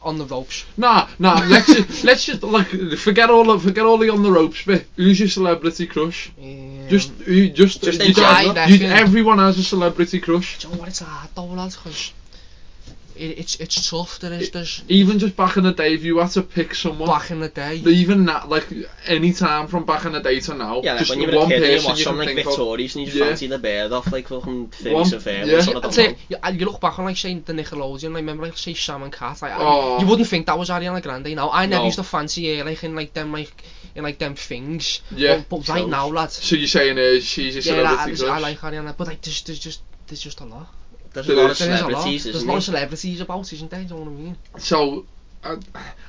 S1: on the ropes.
S2: Nah, nah. Let's just, let's just like forget all of, forget all the on the ropes bit. Who's your celebrity crush?
S1: Um,
S2: Just you just,
S3: Just
S2: you
S3: in
S2: don't-
S1: general.
S2: you- everyone has a celebrity crush.
S1: Do you know what it's hard though, lads? 'Cause it, it's it's tough. There is there's
S2: Even just back in the day, if you had to pick someone,
S1: back in the day.
S2: even that like any time from back in the day to now,
S3: Yeah, like
S2: just
S3: when you were a
S2: one
S3: kid and you
S2: person
S3: watched
S2: you
S3: something
S2: can
S3: like
S2: think of.
S3: Victorious and you just
S2: Yeah.
S3: fancy the beard off like fucking
S2: One-
S3: Phineas and Ferb.
S2: yeah.
S3: sort of
S1: I'd
S3: the
S1: say,
S3: one.
S1: you, I- you look back on like saying the Nickelodeon, I remember like say Sam and Cat, like, I-
S2: Oh.
S1: you wouldn't think that was Ariana Grande now. I never
S2: No.
S1: used to fancy her like in like them like in like them things.
S2: Yeah.
S1: But, but right
S3: Shows.
S1: now lads,
S2: So you're saying uh, she's your
S1: yeah, I,
S2: celebrity
S1: I, I
S2: crush?
S1: like Ariana, but like there's there's just there's just a lot.
S3: There's a lot of
S2: There
S1: There is a lot.
S3: celebrities,
S1: There's a
S3: isn't
S1: lot of
S3: there?
S1: celebrities about, isn't there? Do you know what I mean?
S2: So, I'd,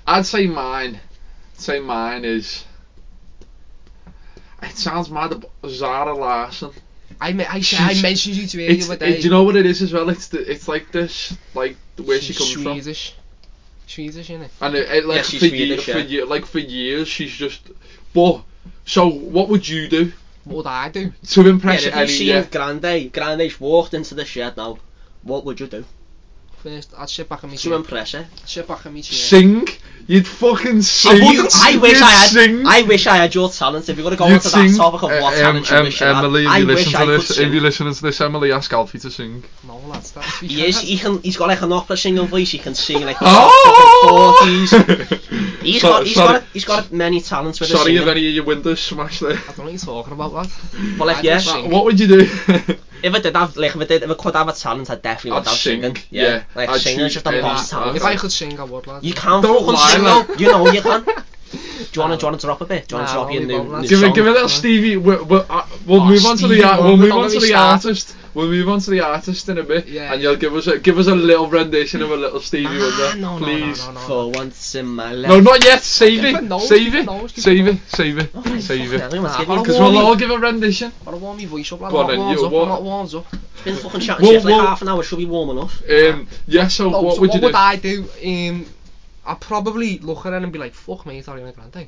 S2: I'd say mine. Say mine is. It sounds mad, but Zara Larson.
S1: I me- I, said- I
S2: She's-
S1: mentioned you to her the
S2: It's,
S1: other
S2: it,
S1: day.
S2: do you know what it is as well? It's the, it's like this, like where she
S1: She's
S2: comes from,
S1: Swedish. Swedish, isn't it?
S2: and it, it, like
S3: Yeah, she's
S2: for years,
S3: Swedish,
S2: for
S3: yeah.
S2: year, like for years, she's just. But so, what would you do
S1: What would I do?
S2: to
S3: Yeah,
S2: impress
S3: if you
S2: any?
S3: seen
S2: yeah.
S3: Grande, Grande's walked into the shed now, what would you do
S1: First, I'd sit back and meet
S3: to
S1: you.
S3: impress her?
S1: Sit back and meet you.
S2: Sing, you'd fucking sing.
S3: wouldn't- I wish
S2: You'd
S3: I had.
S2: Sing.
S3: I wish I had your talent. If you're gonna go
S2: You'd
S3: into that
S2: sing,
S3: topic of what
S2: uh,
S3: talent you
S2: um,
S3: wish you
S2: um,
S3: had,
S2: Emily, if
S3: I
S2: you
S3: wish
S2: listen
S3: I
S2: to
S3: could
S2: this, if you
S3: sing.
S2: listen to this, Emily, ask Alfie to sing.
S1: No lads, that's
S3: He is. He can. He's got like an opera singing voice. He can sing like
S2: Oh!
S3: the fucking 40s. He's
S2: So-
S3: got. He's
S2: sorry,
S3: got. He's got many talents with his
S2: sorry if
S3: singing.
S2: any of your windows smashed there.
S1: I don't know what you're talking about, lad.
S3: But like,
S1: I'd
S3: yeah,
S1: just-
S2: Right,
S1: sing.
S2: What would you do?
S3: if I did have, like, if I did, if I could have a talent, I definitely would
S2: I'd
S3: have
S2: sing,
S3: singing.
S2: yeah.
S3: like
S2: I'd
S3: singing is
S2: choose
S3: just a
S2: any-
S3: boss
S2: I'd-
S3: talent.
S1: If I could sing, I would, lad.
S3: you can't
S2: Don't
S3: fucking
S2: lie,
S3: sing
S2: lad.
S3: though. You know you can. Do you want to? Do you want to drop a bit? Do you want to
S1: Nah,
S3: drop your
S1: we
S3: new,
S1: won't, lad.
S3: new
S2: give
S3: song?
S2: it, give it a little Stevie. We'll, we'll, uh, we'll
S1: Oh,
S2: move on to
S1: Stevie
S2: the art. We'll
S1: Wonder,
S2: move on
S1: don't
S2: to
S1: we
S2: the
S1: start?
S2: artist. We'll move on to the artist in a bit,
S1: Yeah,
S2: and
S1: yeah.
S2: you'll give us a give us a little rendition of a little Stevie
S1: Nah,
S2: Wonder,
S1: no, no,
S2: please.
S1: no, no, no, no.
S3: For once in my life.
S2: No, not yet. Save
S1: Keep
S2: it.
S1: it low,
S2: Save
S1: keep
S2: it.
S1: it low, keep it
S2: Save
S1: low.
S2: it. Save it.
S1: Oh
S2: Save it.
S3: Everyone's
S1: Nah,
S3: giving
S1: I'll
S3: me-
S2: Because we'll all give a rendition.
S1: Gotta warm my voice up, lad.
S2: Go on
S1: I'm
S2: then,
S1: not warmed
S2: you-
S1: up,
S2: what-
S1: I'm not warmed up.
S3: Been fucking chatting
S2: Whoa,
S3: shit for
S2: whoa.
S3: like half an hour. Should be warm enough.
S2: Um, yeah. So
S1: No,
S2: what
S1: Oh, so
S2: would you do?
S1: I do? Um, I'd probably look at her and be like, fuck me, it's Ariana Grande.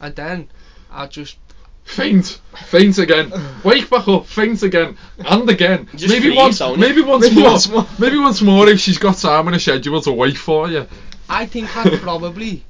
S1: And then I'd just.
S2: Faint, faint again. Wake back up, faint again, and again.
S3: Just
S2: maybe
S3: freeze,
S2: once,
S3: Tony.
S2: maybe once
S1: Maybe
S2: more,
S1: once more.
S2: maybe once more if she's got time in a schedule to wait for you.
S1: I think I'd probably.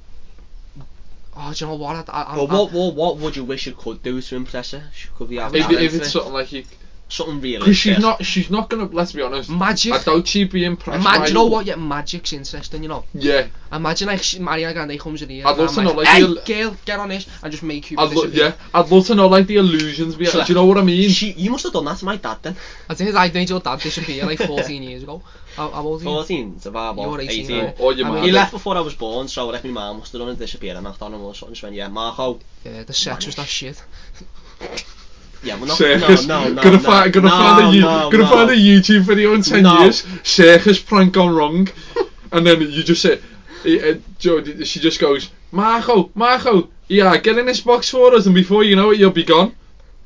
S1: Oh, do you know what? I'd, I, I'm,
S3: But what, what, what would you wish you could do to impress her? She could be having
S2: If,
S3: talent
S2: if
S3: for
S2: it's something like you,
S3: something
S2: because
S3: realistic.
S2: she's not, she's not gonna. Let's be honest.
S1: I'm, magic.
S2: I doubt she'd be impressed.
S1: Ma-
S2: by-
S1: Mm. do you know what? Yeah, magic's interesting, you know.
S2: Yeah,
S1: Imagine like she- Ariana Grande comes in here.
S2: I'd
S1: and
S2: love
S1: I'm
S2: to
S1: like,
S2: know, like,
S1: hey,
S2: you'll-
S1: girl, get on this, and just make you.
S2: I'd lo-
S1: disappear.
S2: yeah, I'd love to know like the illusions. Be- do
S3: Sure.
S2: you know what I mean?
S3: She, you must have done that to my dad then.
S1: I think I made your dad disappear like 14 years ago. How, how old are you?
S3: 14, so about
S1: You were
S3: what,
S1: 18,
S3: 18.
S1: right?
S2: Or Oh, your
S1: I mean,
S2: mum.
S3: He
S1: he
S3: left before I was born, so like my mum must have done a disappear and I've done him or something. She went, yeah, Marco,
S1: Yeah, the sex was that shit.
S3: yeah, we're not.
S2: circus.
S3: No, no, no.
S2: gonna
S3: no,
S2: find, gonna
S3: no,
S2: find a, you-
S3: no,
S2: gonna
S3: no.
S2: find a YouTube video in ten
S3: No.
S2: years. Circus prank gone wrong, and then you just say, eh, eh, Jo- she just goes, Marco, Marco, yeah, get in this box for us, and before you know it, you'll be gone.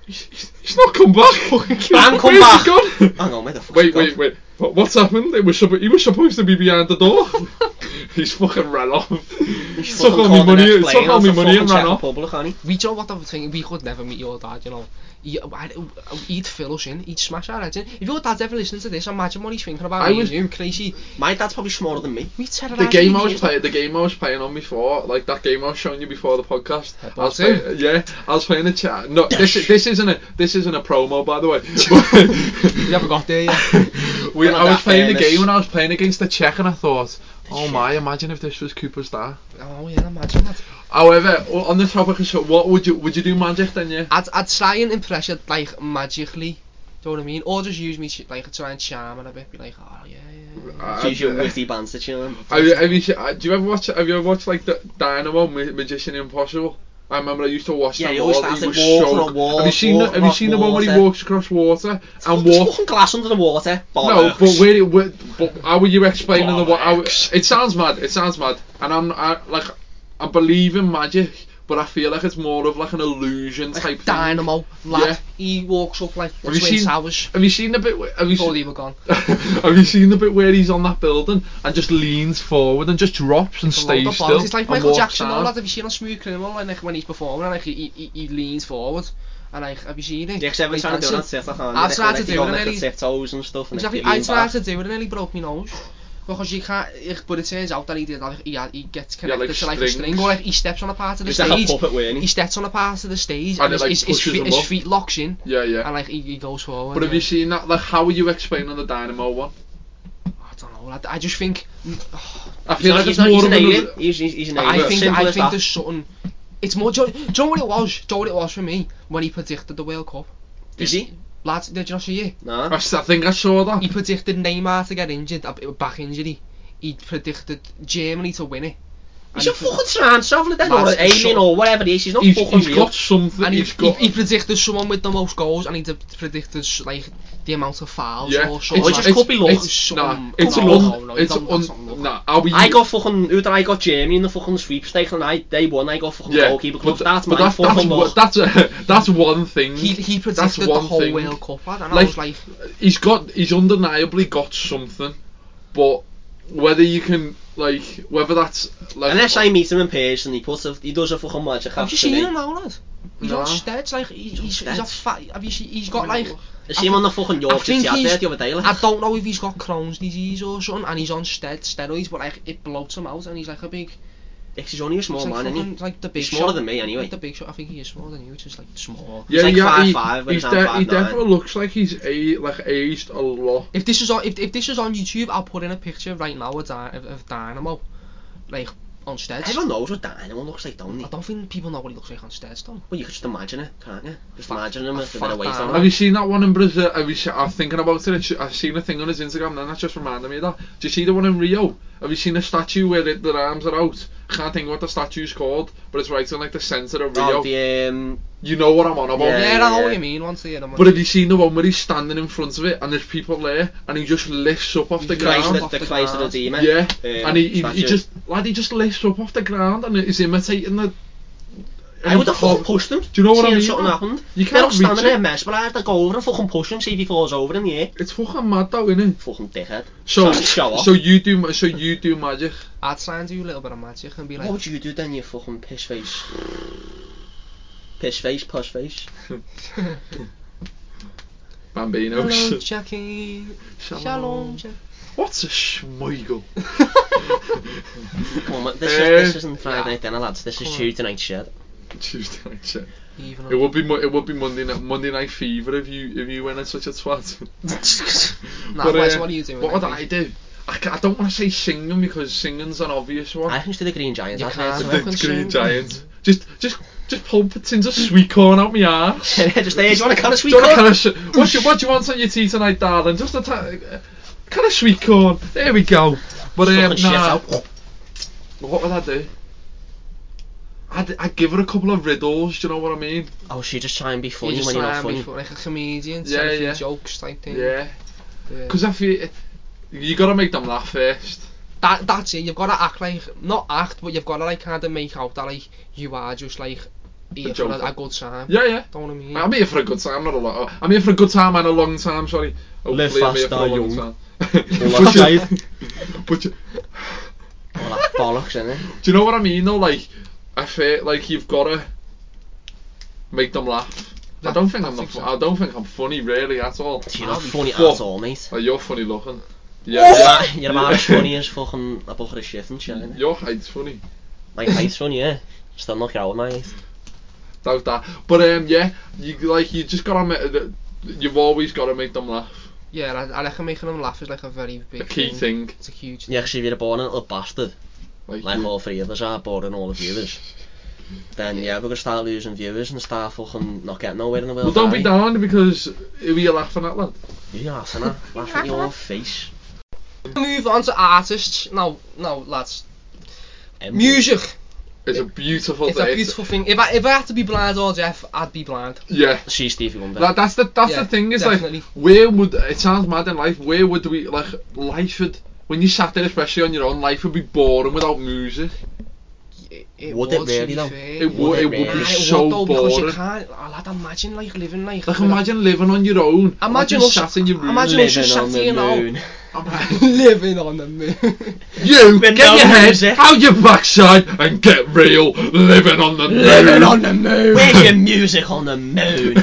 S2: He's, he's- he's not come back.
S3: Bang, come
S2: Where's
S3: back.
S2: He gone?
S3: Hang on, where the fuck?
S2: Wait, wait, wait. What, what's happened? It was suppo- he was supposed to be behind the door. he's fucking ran off. Took all my money. Took all my money and ran off.
S3: Public, honey.
S1: We do you know what the thing we could never meet your dad, you know. He, I, he'd fill us in, he'd smash our heads in. If your dad's ever listening to this, imagine what he's thinking about
S2: I
S1: me and
S2: was-
S1: you, crazy.
S3: My dad's probably smaller than me.
S1: We terrorised
S2: The game I was playing, the game I was playing on before, like that game I was showing you before the podcast.
S1: Headbutt
S2: I was
S1: two?
S2: playing, yeah, I was playing a chat. No, this is this isn't a this isn't a promo by the way.
S1: You haven't got there yet.
S2: we,
S3: We're not
S2: I was
S3: that
S2: playing the
S3: famous.
S2: game and I was playing against the Czech and I thought, Oh
S3: shit.
S2: my, imagine if this was Cooper's dad.
S1: Oh yeah, imagine that.
S2: However, o- on the topic of so, what would you would you do magic then? Yeah.
S1: I'd, I'd try and impress it like magically. Do you know what I mean? Or just use me ch- like try and charm it a bit. Be like, oh yeah, yeah. yeah.
S2: Uh,
S3: Use your witty banter to him.
S2: Have you, have you, se- uh, do you ever watch? Have you ever watched like the Dynamo Ma- Magician Impossible? I remember I used to watch
S3: Yeah,
S2: that.
S3: he always
S2: all,
S3: has to
S2: was
S3: walk
S2: so
S3: on a
S2: g-
S3: wall,
S2: Have you seen?
S3: walk
S2: the, have you
S3: across
S2: seen the one where he
S3: water.
S2: walks across water and
S3: Just
S2: walks?
S3: fucking glass under the water.
S2: No, but
S3: bollocks.
S2: where, it- where but how were you explaining the what? How,
S3: Bollocks.
S2: it sounds mad. It sounds mad, and I'm I, like I believe in magic, but I feel like it's more of like an illusion
S1: Like
S2: type. thing.
S1: Dynamo lad.
S2: Yeah.
S1: He walks up like the
S2: Have you
S1: twin
S2: seen-
S1: towers.
S2: Have you seen the bit? Where, have you
S1: Before
S2: seen,
S1: they were gone.
S2: have you seen the bit where he's on that building and just leans forward and just drops and
S1: It's a load
S2: stays
S1: of
S2: still?
S1: bollocks. It's like
S2: and
S1: Michael
S2: walks
S1: Jackson. All
S2: down?
S1: that have you seen on Smooth Criminal? And like when he's performing, and like he, he, he leans forward, and like have you seen it?
S3: Yeah, 'cause everyone's
S1: Like
S3: trying to do it on
S1: dancing.
S3: TikTok, aren't they?
S1: I've tried
S3: Like,
S1: to
S3: you
S1: do
S3: got,
S1: it,
S3: like, the
S1: and
S3: tiptoes and stuff. And
S1: Exactly. I tried to do it and nearly broke my nose. Because you can't, if, but it turns out that he did, like, he, had- he gets
S2: Yeah, like
S1: connected to like a string,
S2: strings.
S1: or like he steps on a part of the
S3: It's like a
S1: stage,
S3: puppet
S1: he
S3: wearing.
S1: steps on a part of the stage, and,
S2: And it,
S1: his,
S2: Ah, like,
S1: his, his,
S2: pushes
S1: feet,
S2: him
S1: his
S2: up.
S1: feet locks in,
S2: Yeah, yeah.
S1: and like he, he goes forward.
S2: But have
S1: yeah.
S2: you seen that? Like, how are you explaining the dynamo one?
S1: I don't know. I, I just think, oh,
S2: I feel like it's
S3: he's not,
S2: more
S3: he's
S2: of
S3: an
S2: an.
S3: alien.
S2: illu-
S3: He's, he's, he's an alien.
S1: I think
S3: Simple
S1: I
S3: as
S1: think
S3: that.
S1: there's something. It's more. Do, you- do you know what it was? Do you know what it was for me when he predicted the World Cup?
S3: Is Nou, he?
S1: Lads, did you not see it?
S3: No.
S2: I s- I think I saw that.
S1: He predicted Neymar to get injured, a a back injury. He predicted Germany to win it.
S3: He's
S1: And
S3: a
S1: he pre-
S3: fucking transformer then,
S1: Man,
S3: or an
S1: it's
S3: alien,
S1: so-
S3: or whatever he is. He's not
S2: He's,
S3: fucking
S2: he's
S3: real.
S2: got something.
S1: And he,
S2: he's got.
S1: he, he predicted someone with the most goals, and he d- predicted sh- like the amount of fouls
S2: yeah,
S1: or something.
S3: Which
S1: like
S3: is could be luck.
S2: It's, nah,
S1: Some-
S2: it's
S1: no,
S2: un.
S1: no, no, you
S2: it's
S1: don't- that's not luck.
S2: un. Nah, how are you?
S3: I got fucking, who did I got Germany in the fucking sweepstakes and I, they won, I got fucking goalkeeper club.
S2: but,
S3: That's
S2: but
S3: my
S2: that's, that's,
S3: fucking
S2: what-
S3: loss.
S2: that's, a, that's one thing.
S1: he, he
S2: That's
S1: predicted the
S2: one
S1: whole
S2: thing.
S1: World Cup, lad, and I
S2: Like-
S1: was like,
S2: he's got he's undeniably got something, but whether you can like whether that's like
S3: Unless I meet him in person, he puts a, he does a fucking magic
S1: have you
S3: after
S1: seen
S3: me.
S1: him now, lad? He's
S2: Nah.
S1: on stage, like he, he's, he's a
S3: stage.
S1: fat. Have you seen? He's got like
S3: I see him on the fucking
S2: Oh,
S1: I
S3: Yorkshire
S1: think
S3: Yard
S1: he's-
S3: there the other day.
S1: I
S3: Like,
S1: don't know if he's got Crohn's disease or something, and he's on stead steroids, but like it bloats him out, and he's like a big.
S3: he's only a small
S1: he's like
S3: man, isn't
S1: fucking-
S3: he?
S1: like the big.
S3: He's smaller
S1: shot-
S3: than me anyway.
S1: Like the big shot. I think he is smaller than you, which is like small.
S2: yeah,
S3: like
S2: yeah, he,
S3: 5'5", when
S2: he's
S3: he's
S2: de-
S3: on
S2: he
S3: 5'9".
S2: definitely looks like he's a like aged a lot.
S1: If this is on, if, if this is on YouTube, I'll put in a picture right now of, Dy- of, of Dynamo, like on stead.
S3: Everyone knows what Dynamo looks like, don't they?
S1: I don't think people know what he looks like on stead, though.
S3: Well, you could just imagine it, can't you? Just
S1: Fuck-
S3: imagine him
S1: a
S3: with a bit
S1: fuck
S3: of weight
S1: that.
S3: on
S2: Have
S3: him.
S2: you seen that one in Brazil? Have you se- I'm thinking about it. it's- I've seen a thing on his Instagram, and that just reminded me of that. Do you see the one in Rio? Have you seen a statue where it, their arms are out? I can't think what the statue's called, but it's right in like the centre of Rio.
S3: Oh, the, um,
S2: You know what I'm on about.
S3: Yeah,
S1: Yeah, I know what
S3: yeah.
S1: you mean. Once the other one.
S2: But have you seen the one where he's standing in front of it and there's people there and he just lifts up off the
S1: He's
S2: ground?
S3: Christ,
S1: off
S3: the,
S1: the
S3: the Christ
S1: ground.
S3: Redeemer.
S2: Yeah,
S3: uh,
S2: and he, he, he
S3: statue.
S2: just lad, he just lifts up off the ground and he's imitating the.
S3: I would have
S2: Hob-
S3: fucking pushed him. Do
S2: you know what I mean,
S3: Something
S2: though?
S3: happened.
S2: You
S3: They're
S2: can't
S3: all
S2: reach
S3: standing
S2: it.
S3: there, mess, but I had to go over and fucking push him, see if he falls over in the air.
S2: It's fucking mad though, isn't it?
S3: Fucking dickhead.
S2: So,
S3: Trying to show off.
S2: so you do, ma- so you do magic.
S1: I'd try and do a little bit of magic and be like,
S3: What would you do then, you fucking piss face? Piss face, puss face.
S1: Hello,
S2: Bambinos.
S1: Jackie.
S2: Shalom.
S1: Shalom, Jackie.
S2: What's a schmeigel?
S3: Come on, mate, this,
S2: Eh,
S3: is, this isn't Friday
S1: yeah.
S3: night dinner, lads. This
S1: Come
S3: is
S1: on.
S3: Tuesday night shed.
S2: Tuesday night shit.
S1: Even
S2: It would be Mo- it would be Monday night Monday night fever if you if you went in such a twat.
S1: Nah,
S2: But,
S1: Wes,
S2: uh,
S1: what are you doing?
S2: What would
S1: next
S2: I
S1: week?
S2: do? I, ca- I don't want to say singing because singing's an obvious one.
S3: I can just do the Green Giants.
S1: You
S3: that's where it's-
S1: can't.
S2: the
S1: fucking
S2: Green
S1: sing.
S2: Giant. Just, just, just pull tins of sweet corn out my arse.
S3: just there, do you want a can of sweet
S2: Do you want a can
S3: corn?
S2: of sh- what, you, what do you want on your tea tonight, darling? Just a ta- kind of sweet corn. There we go. But um,
S3: Fucking shit
S2: nah,
S3: out.
S2: what would I do? I'd, I'd give her a couple of riddles. Do you know what I mean?
S3: Oh, she just try and be
S1: You
S3: funny
S1: just
S3: when you're
S1: try
S3: not
S1: and be
S3: funny.
S1: fu- like a comedian,
S2: Yeah,
S1: yeah, a few
S2: yeah.
S1: jokes type thing.
S2: Yeah.
S1: Yeah.
S2: Because I feel you gotta make them laugh first.
S1: That that's it. You've got to act like not act, but you've got to like kind of make out that like you are just like here for
S2: joker.
S1: a, a good time.
S2: Yeah, yeah.
S1: Don't know what I mean.
S2: I'm here for a good time, not a lot. I'm here for a good time and a long time. Sorry.
S3: Live
S2: Hopefully I'm here
S3: fast,
S2: for a
S3: die
S2: long
S3: young.
S2: time.
S3: All that,
S2: But you-
S3: all that bollocks, innit?
S2: Do you know what I mean though? Like, I feel like you've got to make them laugh. I
S1: That-
S2: don't think
S1: that's
S2: I'm the fu-
S1: exact-
S2: I don't think I'm funny really at all.
S3: You're not
S1: I'll be
S3: funny
S2: fucked.
S3: at all, mate.
S2: Oh, you're funny looking.
S3: You're
S2: Yeah,
S3: about- You're about as funny as fucking a bucket of shit and shit, innit?
S2: your height's funny.
S3: My face run, yeah. Still knock out with my eyes.
S2: Doubt that. But um, yeah, you like you just gotta make. You've always got to make them laugh.
S1: Yeah, I, I reckon making them laugh is like a very big
S2: A key thing.
S1: It's a huge
S3: Yeah, because if you're born a little bastard,
S2: Like,
S3: like
S2: you-
S3: all three of us are, boring all the viewers, then yeah, we're gonna start losing viewers and start fucking not getting nowhere in the
S2: well,
S3: world.
S2: don't be
S3: are
S2: down because who are you laughing at, lad?
S3: we? You're laughing at, laughing at your own face.
S1: Move on to artists. Now, now, lads.
S3: Em-
S1: Music.
S2: It's a beautiful
S1: It's
S2: day.
S1: a beautiful thing. If I if I had to be blind or deaf, I'd be blind.
S2: Yeah.
S3: See Stevie Wonder.
S2: Like, that's the that's
S1: Yeah,
S2: the thing is
S1: definitely.
S2: like where would it sounds mad in life where would we like life would when you sat there especially on your own life would be boring without music
S1: It, it
S3: Would it
S1: to
S3: really
S1: be
S3: though?
S1: fair.
S2: it, would it
S3: it
S2: would
S1: Nah,
S3: really?
S2: be
S1: it
S2: so
S1: would though, because you
S2: boring
S1: can't. I lad, imagine like living like.
S2: like imagine living on your own
S1: Imagine
S2: like,
S1: us-
S2: sat in your room
S1: imagine-
S3: Living
S1: just
S3: on
S1: sat here
S3: the
S1: now.
S3: moon.
S1: living on the moon.
S2: you
S3: With
S2: get
S3: no
S2: your head
S3: music.
S2: out your backside and get real living on the moon.
S1: the moon.
S3: Where's your music on the moon?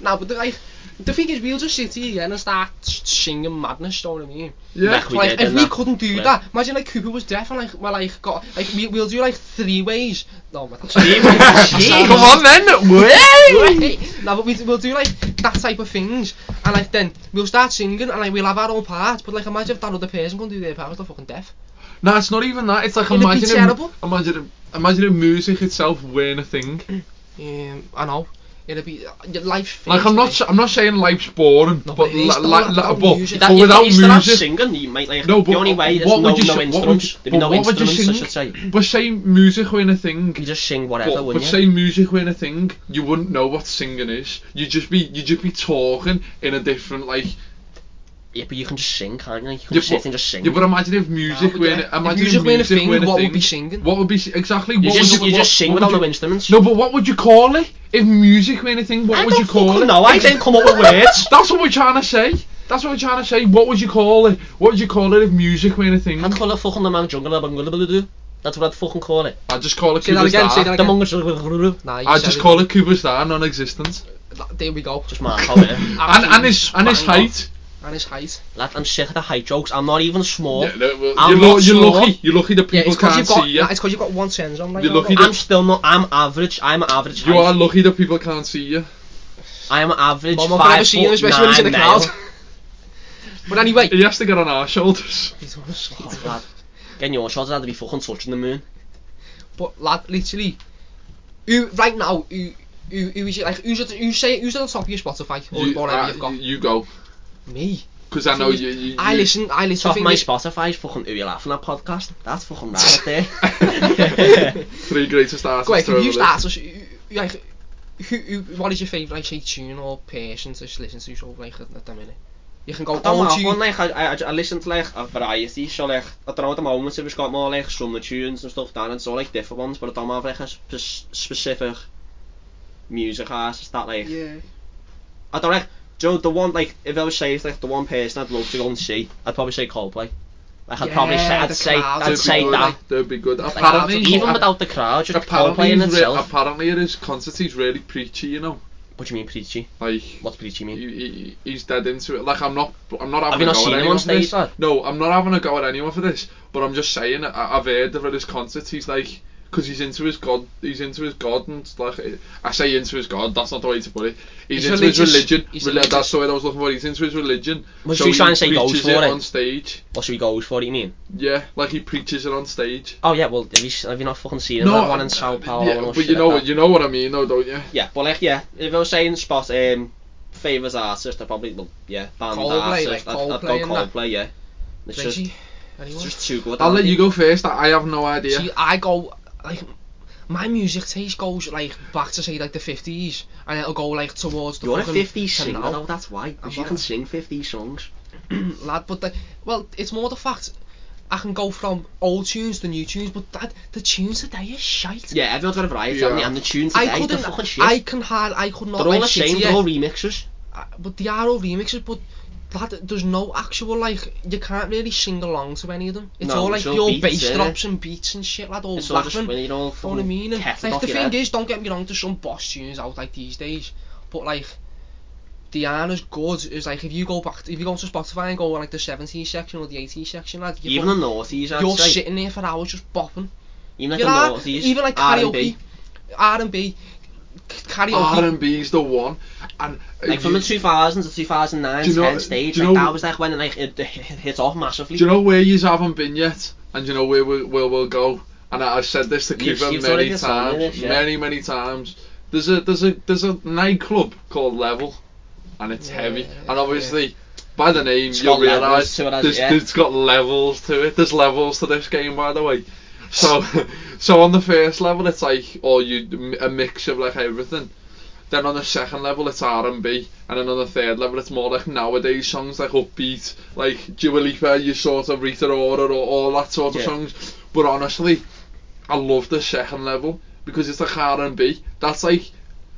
S1: Now, but the, like, the thing is, we'll just sit here again and start s- singing madness. You know what I mean?
S2: yeah
S3: Like we
S1: like,
S3: did,
S1: if
S3: and
S1: we
S3: that-
S1: couldn't do
S3: yeah.
S1: that, imagine like Cooper was deaf and like, well, like got like we, we'll do like three ways. No, but that's
S3: Jeez.
S2: come on then way
S1: No, but we, we'll do like that type of things, and like then we'll start singing, and like we'll have our own part. But like, imagine if that other person can do their part, they're fucking deaf.
S2: no it's not even that it's like
S1: It'd be
S2: imagine
S1: terrible.
S2: imagine imagine if music itself weren't a thing
S1: Um, I know. It'll be uh, your life.
S2: Like I'm not, I'm not saying life's boring,
S1: No, but
S2: but
S1: it is though,
S2: li- li-
S1: like,
S2: li-
S1: without
S2: but,
S1: music.
S2: but
S3: That- if
S2: without
S3: you start
S2: music,
S3: singing, you might like.
S2: No, but
S3: the only way is
S2: what
S3: no,
S2: would you
S3: no
S2: sing- what
S3: instruments.
S2: would-
S3: There'd
S2: but
S3: be no
S2: what would you
S3: instruments, I
S2: sing?
S3: should say. You
S2: but say music weren't a thing,
S3: could just sing
S2: but,
S3: whatever,
S2: but
S3: wouldn't you?
S2: say music weren't a thing, you wouldn't know what singing is. You'd just be, you'd just be talking in a different like.
S3: Yeah, but you can just sing, can't you? You can
S2: Yeah,
S3: sit
S2: but-
S3: and just sing.
S2: Yeah, but imagine if music
S1: but
S2: weren't,
S1: yeah, if
S2: imagine
S1: music weren't a thing,
S2: weren't
S1: what would be singing?
S2: What would be si- exactly?
S3: you
S2: what
S3: just,
S2: would
S3: you
S2: what-
S3: just sing
S2: what
S3: without
S2: would
S3: no
S2: you-
S3: instruments.
S2: No, but what would you call it? If music weren't a thing, what
S3: I
S2: would
S3: don't
S2: you call
S3: fucking
S2: it?
S3: know, I didn't come up with words.
S2: That's what we're trying to say. That's what we're trying to say. What would you call it? What would you call it if music weren't a thing?
S3: I'd call it fucking the man jungle up and do. That's what I'd fucking call it.
S2: I just call it
S1: Say that
S2: Cooper's
S1: again,
S2: Dad.
S1: say that
S3: The
S1: again.
S3: mongrel jungle
S1: Nah, you
S2: I
S1: said
S2: just
S1: it.
S2: call it Cooper's Star non-existent.
S1: That- There we go.
S3: Just mark out it.
S2: And, and his
S1: Absolutely
S2: and his
S1: bang on.
S2: height.
S1: And his height.
S3: Lad, I'm sick of the height jokes. I'm not even small.
S2: Yeah, no, well,
S3: I'm
S2: you're,
S3: not
S2: lu- you're
S3: small.
S2: lucky. You're lucky that
S1: Yeah,
S2: people
S1: it's because
S2: can't
S1: you've got.
S2: see you.
S1: nah, it's 'cause you've got one sense on. Like,
S2: You're
S1: now,
S2: lucky
S1: though.
S2: that-
S3: I'm still not. I'm average. I'm average.
S2: You
S3: height.
S2: are lucky that people can't see you.
S3: I'm average.
S1: Mum, I can never
S3: five
S1: see him,
S3: foot
S1: especially when he's in the
S3: nine
S1: cloud.
S3: male.
S1: But anyway,
S2: He has to get on our shoulders.
S1: he's on a slide.
S3: Lad, getting your shots, I'd be fucking touching the moon.
S1: But lad, literally, who right now? Who who, who is it? Like who's at who say who's at the top of your Spotify or whatever
S2: uh,
S1: you've Oh, got?
S2: you- you go,
S1: Me.
S2: because
S3: nou,
S2: I know
S1: Thing is,
S2: you. you,
S1: I
S2: you-
S1: listen. I listen.
S3: Top of
S1: thing
S3: my
S1: is-
S3: Spotify's fucking Who You Laughing At podcast. That's fucking right there.
S2: Three greatest artists.
S1: Go ahead,
S2: over
S1: can you
S2: there.
S1: start us? who- Like, who, who, what is your favourite, like, say, tune or person to listen to? So, like, at at the minute, you can go.
S3: I don't
S1: on
S3: know,
S1: to-
S3: one like I, I, I listen to like a variety, so like I don't know at the moment so we've got more like summer tunes and stuff Nou, down and so like different ones, but I don't have like a spe- specific music dus artist that like
S1: Yeah.
S3: I don't like do you know the one like if I was saying like the one person I'd love to go and see, I'd probably say Coldplay. Like I'd probably say
S1: Yeah,
S3: I'd
S1: the
S3: say
S1: crowd
S2: They'd
S3: I'd
S1: would
S2: be
S3: say
S2: good,
S3: that.
S2: They'd be good.
S1: Like,
S2: Apparently,
S1: I'd be-
S3: Even without the crowd, just
S2: apparently,
S3: Coldplay in
S2: he's re-
S3: itself.
S2: apparently at his concerts he's really preachy. You know,
S3: what do you mean preachy?
S2: like.
S3: What's preachy mean?
S2: He, he, he's dead into it. Like I'm not, I'm not having
S3: you
S2: a
S3: not
S2: go
S3: seen
S2: at
S3: him
S2: anyone
S3: on
S2: for this.
S3: stage, lad?
S2: No, I'm not having a go at anyone for this. But I'm just saying, I, I've heard of his concerts. He's like, because he's into his god, he's into his god, and it's like I say into his god. That's not the way to put it. He's,
S1: He's
S2: into his
S1: religious.
S2: religion.
S1: He's
S2: Reli-
S1: religious.
S2: That's the word I was looking for. He's into his religion.
S3: Was he trying to say goes
S2: preaches
S3: for it?
S2: on stage.
S3: What should we go for, do you mean?
S2: Yeah, like he preaches it on stage.
S3: Oh yeah, well have you, s- have you not fucking seen him? that one in Sao Paulo
S2: yeah,
S3: and all
S2: but
S3: shit
S2: you
S3: like
S2: know,
S3: that?
S2: what you know what I mean, though, don't you?
S3: Yeah, but like yeah, if I was saying spot um favourite artist, I probably well yeah, band
S1: Coldplay, like
S3: artist, I'd, I'd
S1: Coldplay
S3: go
S1: and that.
S3: Coldplay, yeah. It's just,
S1: Reggie,
S3: it's
S1: anyone?
S3: just too good.
S2: I'll
S3: I
S2: let you
S3: think.
S2: go first. I I have no idea.
S1: See, I go like my music taste goes like back to say like the fifties, and it'll go like towards the
S3: You're a
S1: fucking
S3: 50s
S1: to
S3: singer,
S1: now.
S3: though, Oh, that's why. Dus Because you
S1: not.
S3: can sing 50 songs.
S1: lad. But like, well, it's more the fact I can go from old tunes to new tunes, but that the tunes today is shite.
S3: Yeah, everyone's got a variety,
S2: Yeah.
S3: haven't they? And the tunes
S1: I
S3: today, they're
S1: couldn't.
S3: fucking shit.
S1: I can hard. I could not.
S3: they're all
S1: like,
S3: the
S1: sit
S3: same,
S1: here-
S3: they're all remixes.
S1: uh, but they are all remixes, but that there's no actual like you can't really sing along to any of them. It's
S3: No,
S1: all like
S3: it's all
S1: your
S3: beats,
S1: bass
S3: innit?
S1: drops and beats and shit, lad. All
S3: It's all just
S1: laughing.
S3: when you all
S1: You know what I
S3: fucking
S1: mean? And,
S3: ketted
S1: like
S3: off
S1: the
S3: your
S1: thing
S3: head.
S1: is, don't get me wrong, there's some boss tunes out like these days, but like they aren't as good as like if you go back, if you go to Spotify and go like the 17 section or the 18 section, like you're,
S3: Even the noughties, I'd
S1: you're
S3: say.
S1: sitting there for hours just bopping.
S3: Even like
S1: You
S3: the
S1: know,
S3: noughties,
S1: even like
S3: R&B.
S1: karaoke, R and B, karaoke.
S2: R&B's the one. And uh,
S3: Like from
S2: you-
S3: the 2000s to 2009,
S2: Do you know-
S3: 10 stage,
S2: do you
S3: like
S2: know-
S3: that was like when like it, it hit off massively.
S2: Do you know where you haven't been yet? And do you know where we, where we'll go? And I, I've said this to
S3: You've-
S2: Cooper
S3: you've told
S2: many
S3: me this
S2: times,
S3: already, yeah.
S2: many many times. There's a there's a there's a nightclub called Level, and it's
S1: Yeah,
S2: heavy.
S1: yeah,
S2: And obviously, by the name,
S3: It's
S2: you'll
S3: got levels
S2: realise
S3: to it, has-
S2: there's,
S3: yeah.
S2: there's got levels to it. There's levels to this game, by the way. So so on the first level, it's like all you a mix of like everything. Then on the second level it's R and B, and then on the third level it's more like nowadays songs like upbeat, like Dua Lipa, you sort of Rita Ora, or all that sort of
S3: Yeah.
S2: songs. But honestly, I love the second level because it's like R and B. That's like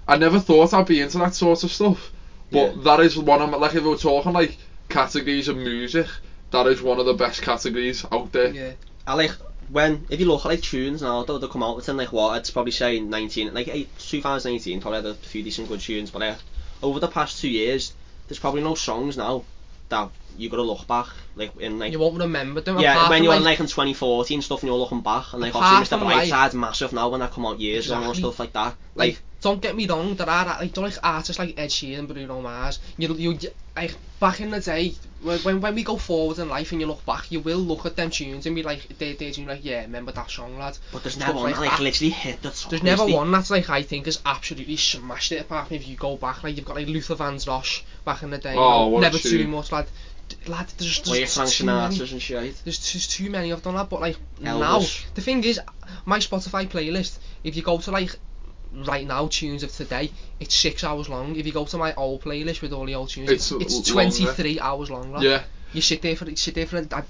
S2: I never thought I'd be into that sort of stuff, but
S3: Yeah.
S2: that is one of my, like if we we're talking like categories of music, that is one of the best categories out there.
S1: Yeah.
S3: I like when if you look at like tunes now that they come out within like what I'd probably say 19 like eight, 2018 probably had a few decent good tunes but like over the past two years there's probably no songs now that you gotta look back like in like
S1: You won't remember them
S3: yeah
S1: apart
S3: when
S1: from
S3: you're
S1: like,
S3: in like in 2014 stuff and you're looking back and like
S1: Apart
S3: obviously Mr
S1: from,
S3: Bright
S1: like-
S3: Side's massive now when that come out years ago and
S1: Exactly.
S3: stuff like that
S1: Like,
S3: like
S1: don't get me wrong, there are like, there are, like artists like Ed Sheeran, Bruno Mars. You, you, like back in the day, when, when when we go forward in life and you look back, you will look at them tunes and be like, they they and like, yeah, remember that song, lad.
S3: but there's
S1: stuff
S3: never one
S1: like
S3: that like
S1: that.
S3: literally hit the top
S1: There's never
S3: literally.
S1: one that's like I think has absolutely smashed it apart from if you go back like you've got like Luther Vandross back in the day.
S2: Oh,
S1: you know,
S2: what a
S1: never
S2: tune.
S1: too much, lad. D- Lad, there's
S3: Well, your
S1: there's
S3: Frank
S1: too many.
S3: Sinatra's and shit
S1: There's just too many of them, lad. But like
S3: Elvis.
S1: now, the thing is, my Spotify playlist. If you go to like right now tunes of today, it's six hours long. If you go to my old playlist with all the old tunes,
S2: It's
S1: it's,
S2: l- longer.
S1: 23 hours long. Lad.
S2: yeah.
S1: You sit there for you sit there for a, a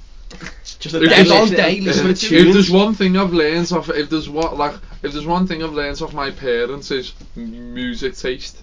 S3: just
S2: a
S1: dead
S2: Yeah.
S1: on day listening
S2: if,
S1: to
S2: if
S1: tunes.
S2: there's one thing I've learned off, if there's what like, if there's one thing I've learned off my parents is m- music taste,